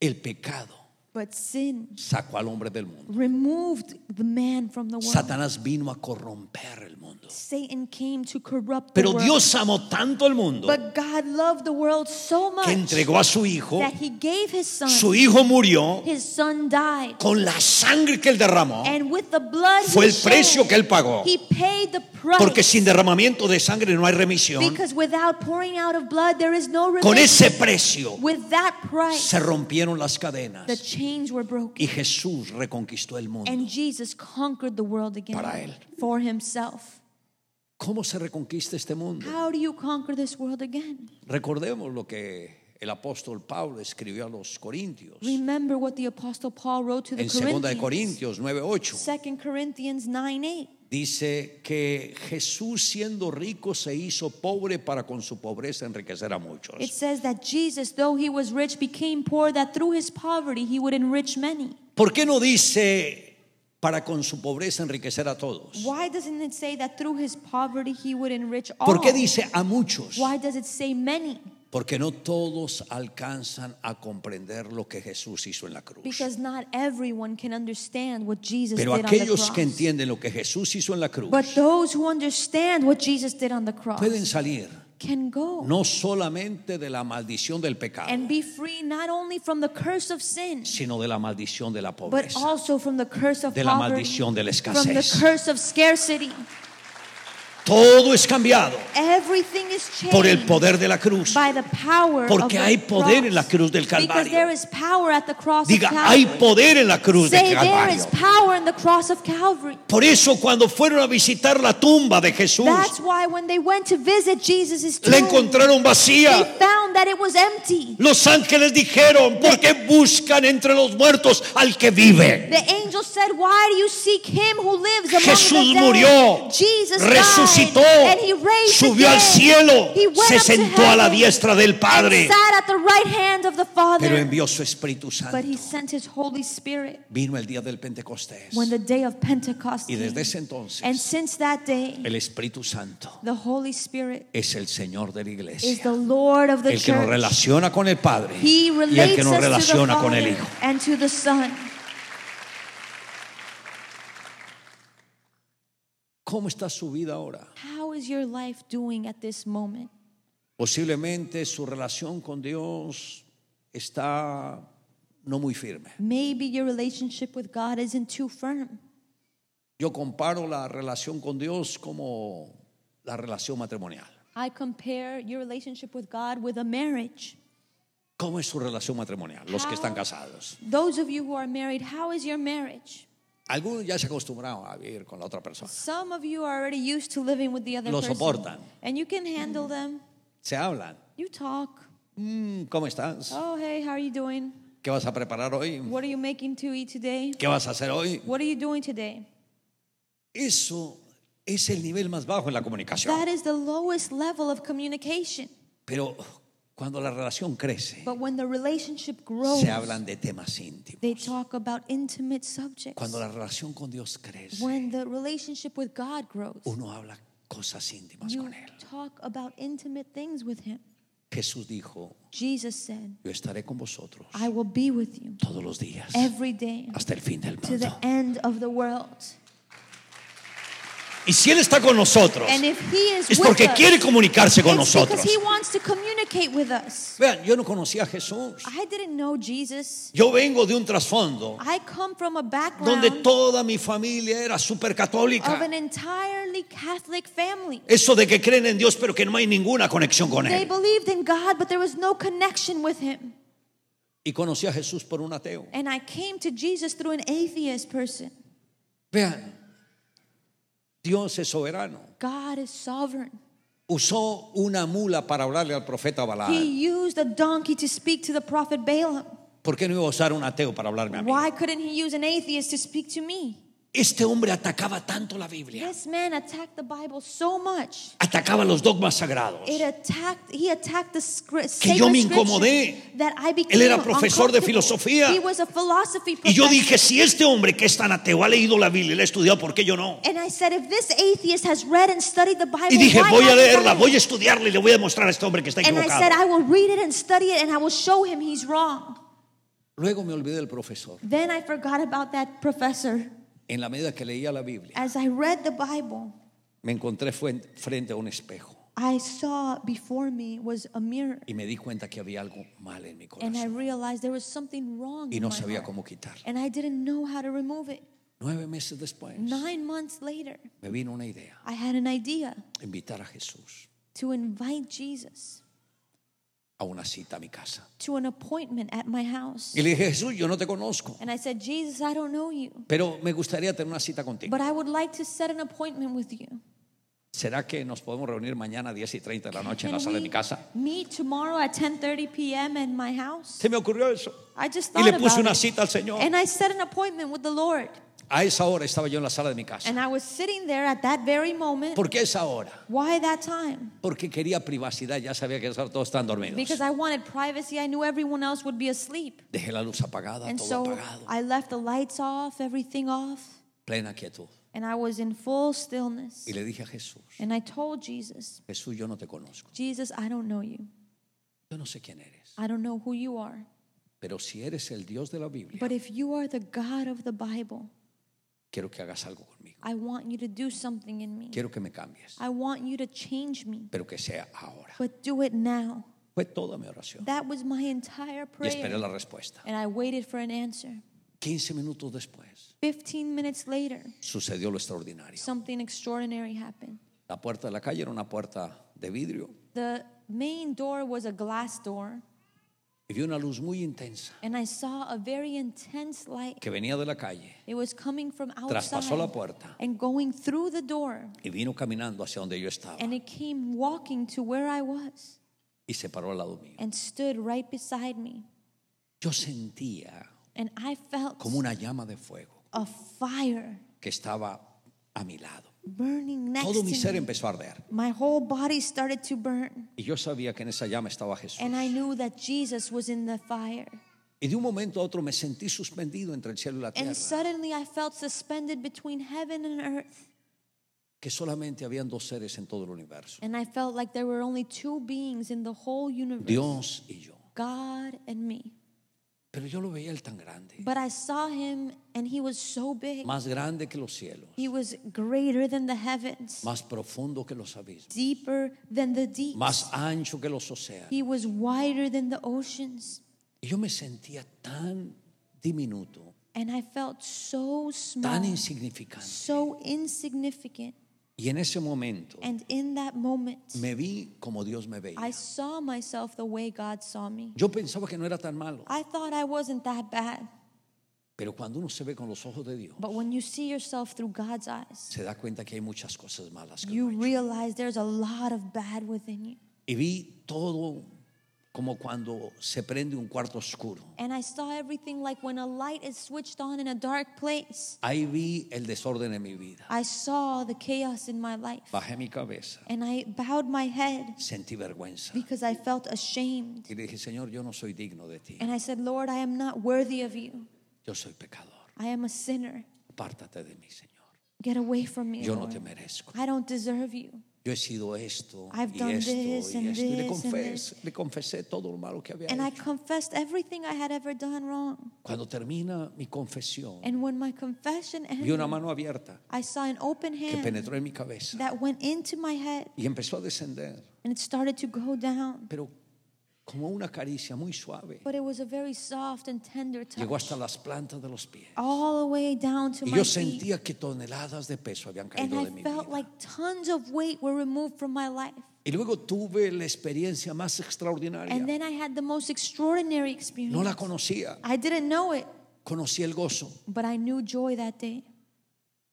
Speaker 1: El pecado
Speaker 2: But sin
Speaker 1: sacó al hombre del mundo.
Speaker 2: removed the man from the world.
Speaker 1: Satanás vino a corromper el mundo.
Speaker 2: Satan came to corrupt the
Speaker 1: Pero
Speaker 2: world.
Speaker 1: Dios amó tanto al mundo
Speaker 2: but God loved the world so much
Speaker 1: que entregó a su hijo.
Speaker 2: that He gave His Son.
Speaker 1: Su hijo murió
Speaker 2: his Son died.
Speaker 1: con la sangre que él derramó.
Speaker 2: and with the blood
Speaker 1: Fue
Speaker 2: he
Speaker 1: el precio
Speaker 2: shed,
Speaker 1: que él pagó.
Speaker 2: He paid the price.
Speaker 1: Porque sin derramamiento de sangre no hay remisión.
Speaker 2: because without pouring out of blood, there is no
Speaker 1: Con
Speaker 2: redemption.
Speaker 1: ese precio
Speaker 2: With that price,
Speaker 1: se rompieron las
Speaker 2: the
Speaker 1: cadenas
Speaker 2: chains were broken
Speaker 1: y Jesús reconquistó el mundo.
Speaker 2: and Jesus conquered the world again
Speaker 1: Para él.
Speaker 2: for himself.
Speaker 1: ¿Cómo se reconquista este mundo?
Speaker 2: How do you conquer this world again?
Speaker 1: Recordemos lo que el apóstol Pablo escribió a los Corintios
Speaker 2: Remember what the apostle Paul wrote to the
Speaker 1: en 2 de
Speaker 2: Corinthians.
Speaker 1: Corintios 9:8.
Speaker 2: 2 Corinthians 9 8.
Speaker 1: Dice que Jesús siendo rico se hizo pobre para con su pobreza enriquecer a
Speaker 2: It
Speaker 1: muchos.
Speaker 2: says that Jesus, though he was rich, became poor that through his poverty he would enrich many.
Speaker 1: ¿Por qué no dice para con su pobreza enriquecer a todos?
Speaker 2: Why doesn't it say that through his poverty he would enrich all?
Speaker 1: ¿Por qué dice a muchos?
Speaker 2: Why does it say many?
Speaker 1: Porque no todos alcanzan a comprender lo que Jesús hizo en la cruz.
Speaker 2: Because not everyone can understand what Jesus
Speaker 1: Pero
Speaker 2: did on the
Speaker 1: aquellos
Speaker 2: cross.
Speaker 1: que entienden lo que Jesús hizo en la cruz
Speaker 2: But those who understand what Jesus did on the cross
Speaker 1: pueden salir
Speaker 2: can go
Speaker 1: no solamente de la maldición del pecado,
Speaker 2: and be free not only from the curse of sin,
Speaker 1: sino de la maldición de la
Speaker 2: but
Speaker 1: pobreza.
Speaker 2: also from the curse of
Speaker 1: De la
Speaker 2: poverty,
Speaker 1: maldición de la
Speaker 2: from the
Speaker 1: escasez.
Speaker 2: curse of scarcity.
Speaker 1: Todo es cambiado
Speaker 2: Everything is changed
Speaker 1: por el poder de la cruz.
Speaker 2: by the power of
Speaker 1: Porque
Speaker 2: the
Speaker 1: hay poder
Speaker 2: cross.
Speaker 1: en la cruz del
Speaker 2: Because
Speaker 1: Calvario.
Speaker 2: there is power at the cross
Speaker 1: Diga,
Speaker 2: of
Speaker 1: hay
Speaker 2: Calvary.
Speaker 1: poder en la cruz de
Speaker 2: Say there is
Speaker 1: Calvario.
Speaker 2: power in the cross of Calvary.
Speaker 1: Por eso cuando fueron a visitar la tumba de Jesús,
Speaker 2: That's why when they went to visit Jesus' tomb,
Speaker 1: la encontraron
Speaker 2: they
Speaker 1: vacía.
Speaker 2: found that it was empty.
Speaker 1: Los ángeles dijeron, ¿por qué buscan entre los muertos al que vive?
Speaker 2: The angel said, "Why do you seek him who lives among
Speaker 1: Jesús
Speaker 2: the dead?"
Speaker 1: murió,
Speaker 2: Jesus died,
Speaker 1: resucitó,
Speaker 2: and he raised
Speaker 1: subió al
Speaker 2: again.
Speaker 1: cielo,
Speaker 2: He went
Speaker 1: se
Speaker 2: up to
Speaker 1: sentó a la
Speaker 2: heaven
Speaker 1: diestra del Padre,
Speaker 2: and sat at the right hand of the Father.
Speaker 1: pero envió su Espíritu
Speaker 2: but
Speaker 1: Santo.
Speaker 2: he sent his Holy Spirit
Speaker 1: Vino el día del Pentecostés
Speaker 2: when the day of Pentecost
Speaker 1: y desde
Speaker 2: came.
Speaker 1: ese
Speaker 2: And
Speaker 1: entonces
Speaker 2: since that day,
Speaker 1: el Espíritu Santo
Speaker 2: the Holy Spirit
Speaker 1: es el Señor de la
Speaker 2: is the
Speaker 1: iglesia,
Speaker 2: Lord of the
Speaker 1: el que nos
Speaker 2: church.
Speaker 1: relaciona con el Padre
Speaker 2: He
Speaker 1: y el
Speaker 2: relates
Speaker 1: que nos
Speaker 2: us to the
Speaker 1: relaciona con
Speaker 2: Father
Speaker 1: el Hijo.
Speaker 2: and to the Son.
Speaker 1: ¿Cómo está su vida ahora?
Speaker 2: How is your life doing at this moment?
Speaker 1: Posiblemente su relación con Dios está no muy firme.
Speaker 2: Maybe your relationship with God isn't too firm.
Speaker 1: Yo comparo la relación con Dios como la relación matrimonial.
Speaker 2: I compare your relationship with God with a marriage.
Speaker 1: ¿Cómo es su relación matrimonial? Los que están casados.
Speaker 2: Those of you who are married, how is your marriage?
Speaker 1: Algunos ya se acostumbraron a vivir con la otra persona.
Speaker 2: Some of you are already used to living with the other
Speaker 1: Lo
Speaker 2: person.
Speaker 1: soportan.
Speaker 2: And you can handle them.
Speaker 1: Se hablan.
Speaker 2: You talk.
Speaker 1: Mm, ¿Cómo estás?
Speaker 2: Oh, hey, how are you doing?
Speaker 1: ¿Qué vas a preparar hoy?
Speaker 2: What are you making to eat today?
Speaker 1: ¿Qué vas a hacer hoy?
Speaker 2: What are you doing today?
Speaker 1: Eso es el nivel más bajo en la comunicación.
Speaker 2: That is the lowest level of communication.
Speaker 1: Pero cuando la relación crece,
Speaker 2: But when the relationship grows,
Speaker 1: se hablan de temas
Speaker 2: they
Speaker 1: íntimos.
Speaker 2: talk about intimate subjects.
Speaker 1: Cuando la relación con Dios crece,
Speaker 2: When the relationship with God grows,
Speaker 1: uno habla cosas íntimas
Speaker 2: You
Speaker 1: con Él.
Speaker 2: talk about intimate things with Him.
Speaker 1: Jesús dijo,
Speaker 2: Jesus said,
Speaker 1: yo estaré con vosotros
Speaker 2: I will be with you
Speaker 1: todos los días
Speaker 2: every day
Speaker 1: hasta el fin del
Speaker 2: to the
Speaker 1: mundo.
Speaker 2: end of the world.
Speaker 1: Y si Él está con nosotros,
Speaker 2: And if He is
Speaker 1: es
Speaker 2: with
Speaker 1: porque
Speaker 2: us,
Speaker 1: quiere comunicarse con
Speaker 2: it's
Speaker 1: nosotros.
Speaker 2: because He wants to communicate with us.
Speaker 1: Vean, yo no conocía a Jesús.
Speaker 2: I didn't know Jesus.
Speaker 1: Yo vengo de un trasfondo
Speaker 2: I come from a background
Speaker 1: donde
Speaker 2: of
Speaker 1: toda mi familia era supercatólica.
Speaker 2: an entirely Catholic family.
Speaker 1: Eso de que creen en Dios pero que no hay ninguna conexión con
Speaker 2: They
Speaker 1: Él.
Speaker 2: believed in God, but there was no connection with Him.
Speaker 1: Y conocí a Jesús por un ateo.
Speaker 2: And I came to Jesus through an atheist person.
Speaker 1: Vean, Dios es soberano.
Speaker 2: God is sovereign.
Speaker 1: Usó una mula para hablarle al profeta Balaam.
Speaker 2: He used a donkey to speak to the prophet Balaam.
Speaker 1: ¿Por qué no iba a usar un ateo para hablarme a mí?
Speaker 2: Why couldn't he use an atheist to speak to me?
Speaker 1: Este hombre atacaba tanto la Biblia.
Speaker 2: This man attacked the Bible so much.
Speaker 1: Atacaba los dogmas sagrados.
Speaker 2: It attacked, he attacked the script,
Speaker 1: Que yo me incomodé.
Speaker 2: That I became
Speaker 1: Él era profesor de
Speaker 2: uncomfortable.
Speaker 1: filosofía.
Speaker 2: He was a philosophy
Speaker 1: Y yo
Speaker 2: professor.
Speaker 1: dije, si este hombre que es tan ateo ha leído la Biblia y la ha estudiado, ¿por qué yo no?
Speaker 2: and I said, if this atheist has read and studied the Bible,
Speaker 1: Y dije,
Speaker 2: why
Speaker 1: voy a
Speaker 2: haven't I?
Speaker 1: leerla, voy a estudiarla y le voy a demostrar a este hombre que está
Speaker 2: And I said,
Speaker 1: equivocado.
Speaker 2: I will read it and study it, and I will show him he's wrong.
Speaker 1: Luego me olvidé del profesor.
Speaker 2: Then I forgot about that professor.
Speaker 1: En la medida que leía la Biblia,
Speaker 2: As I read the Bible,
Speaker 1: me encontré fuen- frente a un espejo
Speaker 2: I saw before me was a mirror,
Speaker 1: y me di cuenta que había algo mal en mi
Speaker 2: and I
Speaker 1: corazón
Speaker 2: realized there was something wrong.
Speaker 1: y
Speaker 2: in
Speaker 1: no
Speaker 2: my
Speaker 1: sabía
Speaker 2: heart.
Speaker 1: cómo quitarlo.
Speaker 2: And I didn't know how to remove it.
Speaker 1: Nueve meses después
Speaker 2: Nine months later,
Speaker 1: me vino una idea,
Speaker 2: I had an idea
Speaker 1: invitar a Jesús
Speaker 2: to invite Jesus
Speaker 1: a una cita a mi casa.
Speaker 2: to an appointment at my house.
Speaker 1: Y le dije, Jesús, yo no te conozco,
Speaker 2: And I said, Jesus, I don't know you,
Speaker 1: pero me gustaría tener una cita contigo.
Speaker 2: but I would like to set an appointment with you.
Speaker 1: ¿Será que nos podemos reunir mañana a 10 y 30 de la noche en
Speaker 2: Can
Speaker 1: la sala de
Speaker 2: we
Speaker 1: mi casa?
Speaker 2: meet tomorrow at 10:30 p.m. at my house?
Speaker 1: Se me ocurrió eso.
Speaker 2: I just
Speaker 1: Y
Speaker 2: thought
Speaker 1: le puse una
Speaker 2: about it.
Speaker 1: cita al Señor.
Speaker 2: And I set an appointment with the Lord.
Speaker 1: A esa hora estaba yo en la sala de mi casa.
Speaker 2: And I was sitting there at that very moment.
Speaker 1: ¿Por qué a esa hora?
Speaker 2: Why that time?
Speaker 1: Porque quería privacidad, ya sabía que esa hora todos están dormidos.
Speaker 2: Because I wanted privacy. I knew everyone else would be asleep.
Speaker 1: Dejé la luz apagada,
Speaker 2: And
Speaker 1: todo
Speaker 2: so
Speaker 1: apagado,
Speaker 2: I left the lights off, everything off,
Speaker 1: plena quietud.
Speaker 2: and I was in full stillness.
Speaker 1: Y le dije a Jesús,
Speaker 2: And I told Jesus,
Speaker 1: Jesús, yo no te conozco,
Speaker 2: Jesus, I don't know you.
Speaker 1: yo no sé quién eres,
Speaker 2: I don't know who you are.
Speaker 1: pero si eres el Dios de la Biblia,
Speaker 2: But if you are the God of the Bible,
Speaker 1: quiero que hagas algo conmigo,
Speaker 2: I want you to do something in me.
Speaker 1: quiero que me cambies,
Speaker 2: I want you to change me,
Speaker 1: pero que sea ahora.
Speaker 2: but do it now.
Speaker 1: Fue toda mi oración
Speaker 2: That was my entire
Speaker 1: y esperé
Speaker 2: prayer.
Speaker 1: la respuesta.
Speaker 2: And I waited for an answer.
Speaker 1: 15 minutos después
Speaker 2: 15 minutes later,
Speaker 1: sucedió lo extraordinario.
Speaker 2: something extraordinary happened.
Speaker 1: La puerta de la calle era una puerta de vidrio
Speaker 2: The main door was a glass door,
Speaker 1: y vi una luz muy intensa
Speaker 2: and I saw a very intense light.
Speaker 1: que venía de la calle
Speaker 2: It was coming from
Speaker 1: traspasó la
Speaker 2: outside
Speaker 1: puerta
Speaker 2: and going through the door,
Speaker 1: y vino caminando hacia donde yo estaba
Speaker 2: and it came walking to where I was
Speaker 1: y se paró al lado mío.
Speaker 2: and stood right beside me.
Speaker 1: Yo sentía
Speaker 2: And I felt
Speaker 1: como una llama de fuego
Speaker 2: a fire
Speaker 1: que estaba a mi lado.
Speaker 2: burning next
Speaker 1: Todo mi
Speaker 2: to
Speaker 1: ser
Speaker 2: me.
Speaker 1: empezó a arder
Speaker 2: My whole body started to burn,
Speaker 1: y yo sabía que en esa llama estaba Jesús.
Speaker 2: and I knew that Jesus was in the fire.
Speaker 1: Y de un momento a otro me sentí suspendido entre el cielo y la tierra,
Speaker 2: And suddenly I felt suspended between heaven and earth.
Speaker 1: que solamente habían dos seres en todo el universo,
Speaker 2: And I felt like there were only two beings in the whole universe
Speaker 1: Dios y yo.
Speaker 2: God and me.
Speaker 1: Pero yo lo veía él tan grande,
Speaker 2: But I saw him, and he was so big.
Speaker 1: más grande que los cielos,
Speaker 2: He was greater than the heavens,
Speaker 1: más profundo que los abismos,
Speaker 2: deeper than the deep.
Speaker 1: más ancho que los océanos.
Speaker 2: He was wider than the oceans.
Speaker 1: Y yo me sentía tan diminuto,
Speaker 2: And I felt so small,
Speaker 1: tan insignificante.
Speaker 2: so insignificant.
Speaker 1: Y en ese momento
Speaker 2: And in that moment,
Speaker 1: me vi como Dios me veía.
Speaker 2: I saw myself the way God saw me.
Speaker 1: Yo pensaba que no era tan malo,
Speaker 2: I thought I wasn't that bad.
Speaker 1: pero cuando uno se ve con los ojos de Dios,
Speaker 2: But when you see yourself through God's eyes,
Speaker 1: se da cuenta que hay muchas cosas malas. que
Speaker 2: you
Speaker 1: uno ha hecho.
Speaker 2: realize there's a lot of bad within you.
Speaker 1: Y vi todo como cuando se prende un cuarto oscuro.
Speaker 2: And I saw everything like when a light is switched on in a dark place.
Speaker 1: Ahí vi el desorden en mi vida.
Speaker 2: I saw the chaos in my life.
Speaker 1: Bajé mi cabeza,
Speaker 2: And I bowed my head
Speaker 1: sentí vergüenza
Speaker 2: because I felt ashamed.
Speaker 1: y le dije, Señor, yo no soy digno de ti,
Speaker 2: And I said, Lord, I am not worthy of you.
Speaker 1: yo soy pecador,
Speaker 2: I am a sinner.
Speaker 1: apártate de mí, Señor.
Speaker 2: Get away from me.
Speaker 1: Yo no
Speaker 2: Lord.
Speaker 1: te merezco.
Speaker 2: I don't deserve you.
Speaker 1: Yo he sido esto
Speaker 2: I've
Speaker 1: y
Speaker 2: done
Speaker 1: esto y
Speaker 2: this
Speaker 1: esto.
Speaker 2: and
Speaker 1: Y le,
Speaker 2: this and
Speaker 1: confes- le confesé todo lo malo que había
Speaker 2: And I
Speaker 1: hecho.
Speaker 2: confessed everything I had ever done wrong.
Speaker 1: Cuando termina mi confesión,
Speaker 2: And when my confession
Speaker 1: vi una
Speaker 2: ended,
Speaker 1: mano abierta
Speaker 2: I saw an open
Speaker 1: que
Speaker 2: hand
Speaker 1: penetró en mi cabeza
Speaker 2: that went into my head
Speaker 1: y empezó a descender,
Speaker 2: and it started to go down.
Speaker 1: pero como una caricia muy suave.
Speaker 2: But it was a very soft and tender
Speaker 1: Llegó
Speaker 2: touch,
Speaker 1: hasta las plantas de los pies.
Speaker 2: all the way down to
Speaker 1: Y
Speaker 2: my
Speaker 1: yo
Speaker 2: feet.
Speaker 1: sentía que toneladas de peso habían
Speaker 2: And
Speaker 1: caído
Speaker 2: I
Speaker 1: de mi vida.
Speaker 2: felt like tons of weight were removed from my life.
Speaker 1: Y luego tuve la experiencia más extraordinaria.
Speaker 2: And then I had the most extraordinary
Speaker 1: No la
Speaker 2: experience.
Speaker 1: conocía.
Speaker 2: I didn't know it,
Speaker 1: Conocí el gozo.
Speaker 2: but I knew joy that day.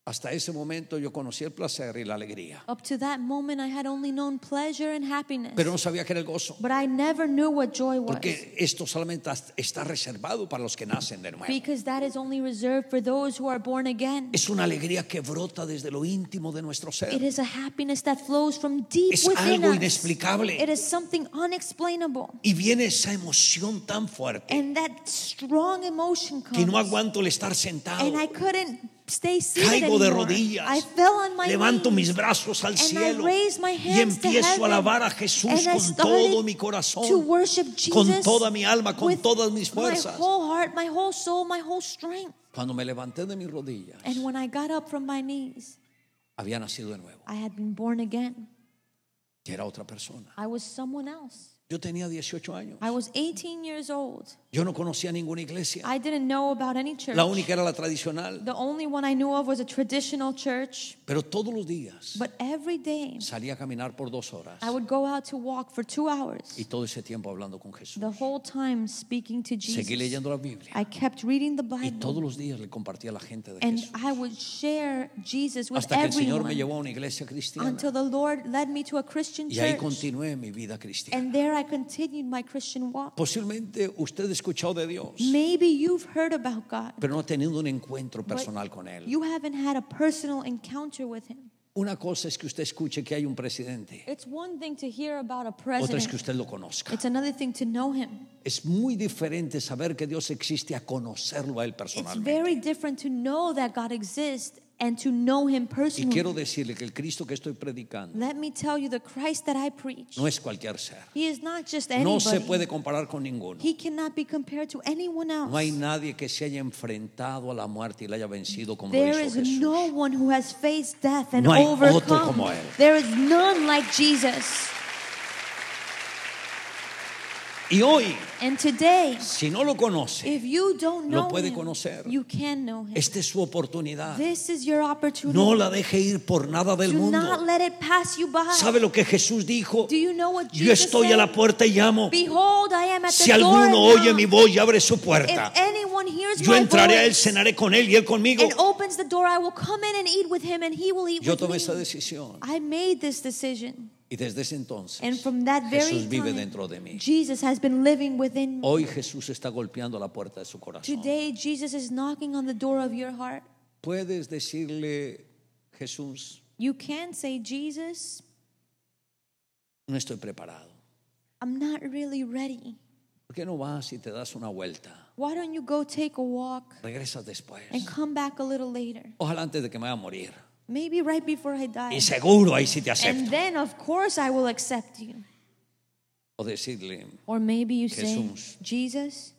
Speaker 1: Hasta ese momento yo conocí el placer y la alegría.
Speaker 2: Up to that moment, I had only known pleasure and happiness.
Speaker 1: Pero no sabía que era el gozo.
Speaker 2: But I never knew what joy was.
Speaker 1: Porque esto solamente está reservado para los que nacen de nuevo.
Speaker 2: Because that is only reserved for those who are born again.
Speaker 1: Es una alegría que brota desde lo íntimo de nuestro
Speaker 2: It
Speaker 1: ser.
Speaker 2: is a happiness that flows from deep
Speaker 1: Es
Speaker 2: within
Speaker 1: algo
Speaker 2: us.
Speaker 1: inexplicable.
Speaker 2: It is something unexplainable.
Speaker 1: Y viene esa emoción tan fuerte
Speaker 2: And that strong emotion comes.
Speaker 1: que no aguanto el estar sentado.
Speaker 2: and I couldn't stay seated
Speaker 1: Caigo de
Speaker 2: anymore. I
Speaker 1: rodillas.
Speaker 2: fell on my
Speaker 1: Levanto
Speaker 2: knees.
Speaker 1: mis brazos al
Speaker 2: And I
Speaker 1: cielo
Speaker 2: raised my
Speaker 1: y
Speaker 2: hands to
Speaker 1: empiezo a
Speaker 2: heaven.
Speaker 1: alabar a Jesús
Speaker 2: And I
Speaker 1: con
Speaker 2: started
Speaker 1: todo mi
Speaker 2: to
Speaker 1: corazón,
Speaker 2: worship Jesus
Speaker 1: con toda mi alma, con
Speaker 2: with
Speaker 1: todas mis
Speaker 2: My
Speaker 1: fuerzas.
Speaker 2: whole heart, my whole soul, my whole strength.
Speaker 1: Cuando me levanté de mis rodillas,
Speaker 2: And when I got up from my knees,
Speaker 1: había nacido de nuevo.
Speaker 2: I had been born again.
Speaker 1: Y era otra persona.
Speaker 2: I was someone else.
Speaker 1: Yo tenía 18 años.
Speaker 2: I was 18 years old.
Speaker 1: Yo no conocía ninguna iglesia.
Speaker 2: I didn't know about any church.
Speaker 1: La única era la tradicional.
Speaker 2: The only one I knew of was a traditional church.
Speaker 1: Pero todos los días
Speaker 2: But every day,
Speaker 1: salía a caminar por dos horas
Speaker 2: I would go out to walk for two
Speaker 1: y
Speaker 2: hours.
Speaker 1: todo ese tiempo hablando con Jesús.
Speaker 2: The whole time speaking to
Speaker 1: Seguí
Speaker 2: Jesus.
Speaker 1: leyendo la Biblia
Speaker 2: I kept reading the
Speaker 1: y
Speaker 2: Bible.
Speaker 1: todos los días le compartía a la gente de
Speaker 2: And
Speaker 1: Jesús.
Speaker 2: I would share Jesus with
Speaker 1: Hasta que el Señor me
Speaker 2: everyone
Speaker 1: llevó a una iglesia cristiana
Speaker 2: until the Lord led me to a Christian
Speaker 1: y ahí
Speaker 2: church.
Speaker 1: continué mi vida cristiana.
Speaker 2: And there I continued my Christian walk.
Speaker 1: Posiblemente usted ha escuchado de Dios,
Speaker 2: Maybe you've heard about God,
Speaker 1: pero no ha tenido un encuentro
Speaker 2: but
Speaker 1: personal con Él.
Speaker 2: you haven't had a personal encounter with Him.
Speaker 1: Una cosa es que usted escuche que hay un presidente,
Speaker 2: It's one thing to hear about a
Speaker 1: otra es
Speaker 2: president,
Speaker 1: que usted lo conozca.
Speaker 2: it's another thing to know Him.
Speaker 1: Es muy diferente saber que Dios existe a conocerlo a Él
Speaker 2: It's
Speaker 1: personalmente.
Speaker 2: very different to know that God exists and to know Him
Speaker 1: Y quiero
Speaker 2: personally.
Speaker 1: decirle que el Cristo que estoy predicando
Speaker 2: Let me tell you, the Christ that I preach,
Speaker 1: no es cualquier ser.
Speaker 2: He is not just
Speaker 1: No se
Speaker 2: anybody.
Speaker 1: puede comparar con ninguno.
Speaker 2: He cannot be compared to anyone
Speaker 1: No hay
Speaker 2: else.
Speaker 1: nadie que se haya enfrentado a la muerte y la haya vencido como lo
Speaker 2: There
Speaker 1: hizo
Speaker 2: is
Speaker 1: Jesús.
Speaker 2: no one who has faced death and
Speaker 1: No hay otro
Speaker 2: overcome.
Speaker 1: como él.
Speaker 2: There is none like Jesus.
Speaker 1: Y hoy,
Speaker 2: And today,
Speaker 1: si no lo conoce,
Speaker 2: if you don't
Speaker 1: Lo
Speaker 2: know
Speaker 1: puede
Speaker 2: him,
Speaker 1: conocer.
Speaker 2: you can know him.
Speaker 1: esta es su oportunidad.
Speaker 2: This is your opportunity.
Speaker 1: No la deje ir por nada del
Speaker 2: Do not
Speaker 1: mundo.
Speaker 2: let it pass you by.
Speaker 1: ¿Sabe lo que Jesús dijo?
Speaker 2: Do you know what
Speaker 1: Yo
Speaker 2: Jesus
Speaker 1: estoy a
Speaker 2: said?
Speaker 1: la puerta y llamo.
Speaker 2: Behold, I am at
Speaker 1: Si
Speaker 2: the door
Speaker 1: alguno
Speaker 2: and
Speaker 1: oye mi
Speaker 2: knock.
Speaker 1: voz y abre su
Speaker 2: If
Speaker 1: puerta,
Speaker 2: anyone hears
Speaker 1: yo
Speaker 2: my
Speaker 1: entraré a él,
Speaker 2: voice
Speaker 1: cenaré con él y él conmigo.
Speaker 2: and opens the door, I will come in and eat with him, and he will eat
Speaker 1: Yo
Speaker 2: with
Speaker 1: tomé
Speaker 2: me.
Speaker 1: esa decisión
Speaker 2: I made this decision,
Speaker 1: y desde ese
Speaker 2: and
Speaker 1: entonces
Speaker 2: from that very
Speaker 1: Jesús vive
Speaker 2: time,
Speaker 1: dentro de mí. Oh.
Speaker 2: Jesus has been living within me.
Speaker 1: Hoy Jesús está golpeando la puerta de su corazón.
Speaker 2: Today, Jesus is knocking on the door of your heart.
Speaker 1: Puedes decirle, Jesús,
Speaker 2: You can say, Jesus,
Speaker 1: no estoy preparado.
Speaker 2: I'm not really ready.
Speaker 1: ¿Por qué no vas y te das una vuelta?
Speaker 2: Why don't you go take a walk
Speaker 1: Regresas después.
Speaker 2: and come back a little later?
Speaker 1: Ojalá antes de que me vaya a morir.
Speaker 2: Maybe right before I die.
Speaker 1: Y seguro ahí sí te
Speaker 2: And
Speaker 1: acepto.
Speaker 2: then, of course, I will accept you.
Speaker 1: O decirle,
Speaker 2: Or maybe you say,
Speaker 1: Jesús.
Speaker 2: Jesus,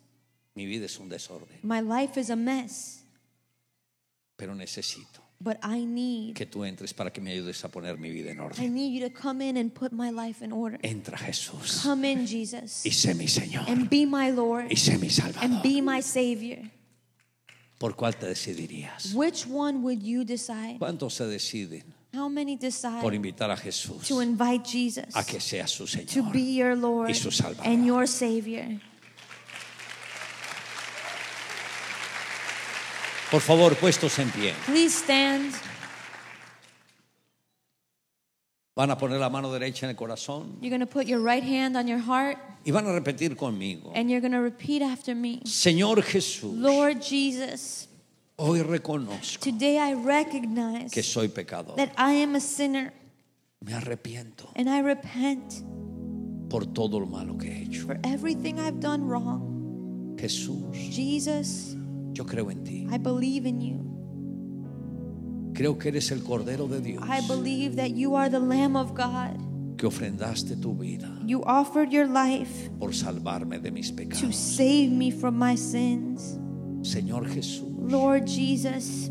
Speaker 1: mi vida es un desorden,
Speaker 2: my life is a mess,
Speaker 1: pero necesito
Speaker 2: but I need,
Speaker 1: que tú entres para que me ayudes a poner mi vida en
Speaker 2: I
Speaker 1: orden.
Speaker 2: need you to come in and put my life in order.
Speaker 1: Entra Jesús
Speaker 2: Come in, Jesus,
Speaker 1: y sé mi Señor
Speaker 2: and be my
Speaker 1: y
Speaker 2: Lord,
Speaker 1: sé mi
Speaker 2: and
Speaker 1: Salvador.
Speaker 2: be my Savior.
Speaker 1: ¿Por cuál te decidirías?
Speaker 2: Which one would you decide?
Speaker 1: ¿Cuántos se deciden
Speaker 2: How many
Speaker 1: por
Speaker 2: decide
Speaker 1: invitar a Jesús
Speaker 2: to invite Jesus
Speaker 1: a que sea su
Speaker 2: to
Speaker 1: Señor?
Speaker 2: be your Lord
Speaker 1: su Salvador.
Speaker 2: and your Savior?
Speaker 1: Por favor, puestos en pie.
Speaker 2: Please stand.
Speaker 1: Van a poner la mano derecha en el corazón
Speaker 2: You're going to put your right hand on your heart
Speaker 1: y van a repetir conmigo.
Speaker 2: and you're going to repeat after me.
Speaker 1: Señor Jesús,
Speaker 2: Lord Jesus,
Speaker 1: hoy reconozco
Speaker 2: today I
Speaker 1: que
Speaker 2: recognize
Speaker 1: soy pecador.
Speaker 2: that I am a sinner
Speaker 1: Me arrepiento
Speaker 2: and I repent
Speaker 1: por todo lo malo que he hecho.
Speaker 2: for everything I've done wrong.
Speaker 1: Jesús,
Speaker 2: Jesus,
Speaker 1: yo creo en ti.
Speaker 2: I believe in you.
Speaker 1: Creo que eres el Cordero de Dios
Speaker 2: I believe that you are the Lamb of God.
Speaker 1: que ofrendaste tu vida
Speaker 2: You offered your life
Speaker 1: por salvarme de mis
Speaker 2: to
Speaker 1: pecados.
Speaker 2: save me from my sins.
Speaker 1: Señor Jesús,
Speaker 2: Lord Jesus,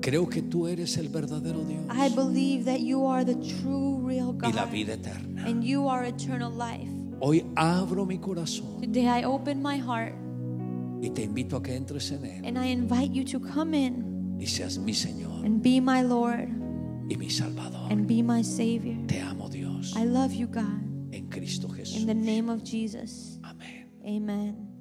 Speaker 1: creo que tú eres el verdadero Dios
Speaker 2: I believe that you are the true, real
Speaker 1: y la
Speaker 2: God.
Speaker 1: vida eterna.
Speaker 2: And you are eternal life.
Speaker 1: Hoy abro mi corazón
Speaker 2: Today I open my heart
Speaker 1: y te invito a que entres en él
Speaker 2: and I invite you to come in
Speaker 1: y seas mi Señor
Speaker 2: and be my Lord
Speaker 1: y mi Salvador.
Speaker 2: and be my Savior.
Speaker 1: Te amo Dios
Speaker 2: I love you, God.
Speaker 1: en Cristo Jesús.
Speaker 2: In the name of Jesus,
Speaker 1: Amén.
Speaker 2: amen.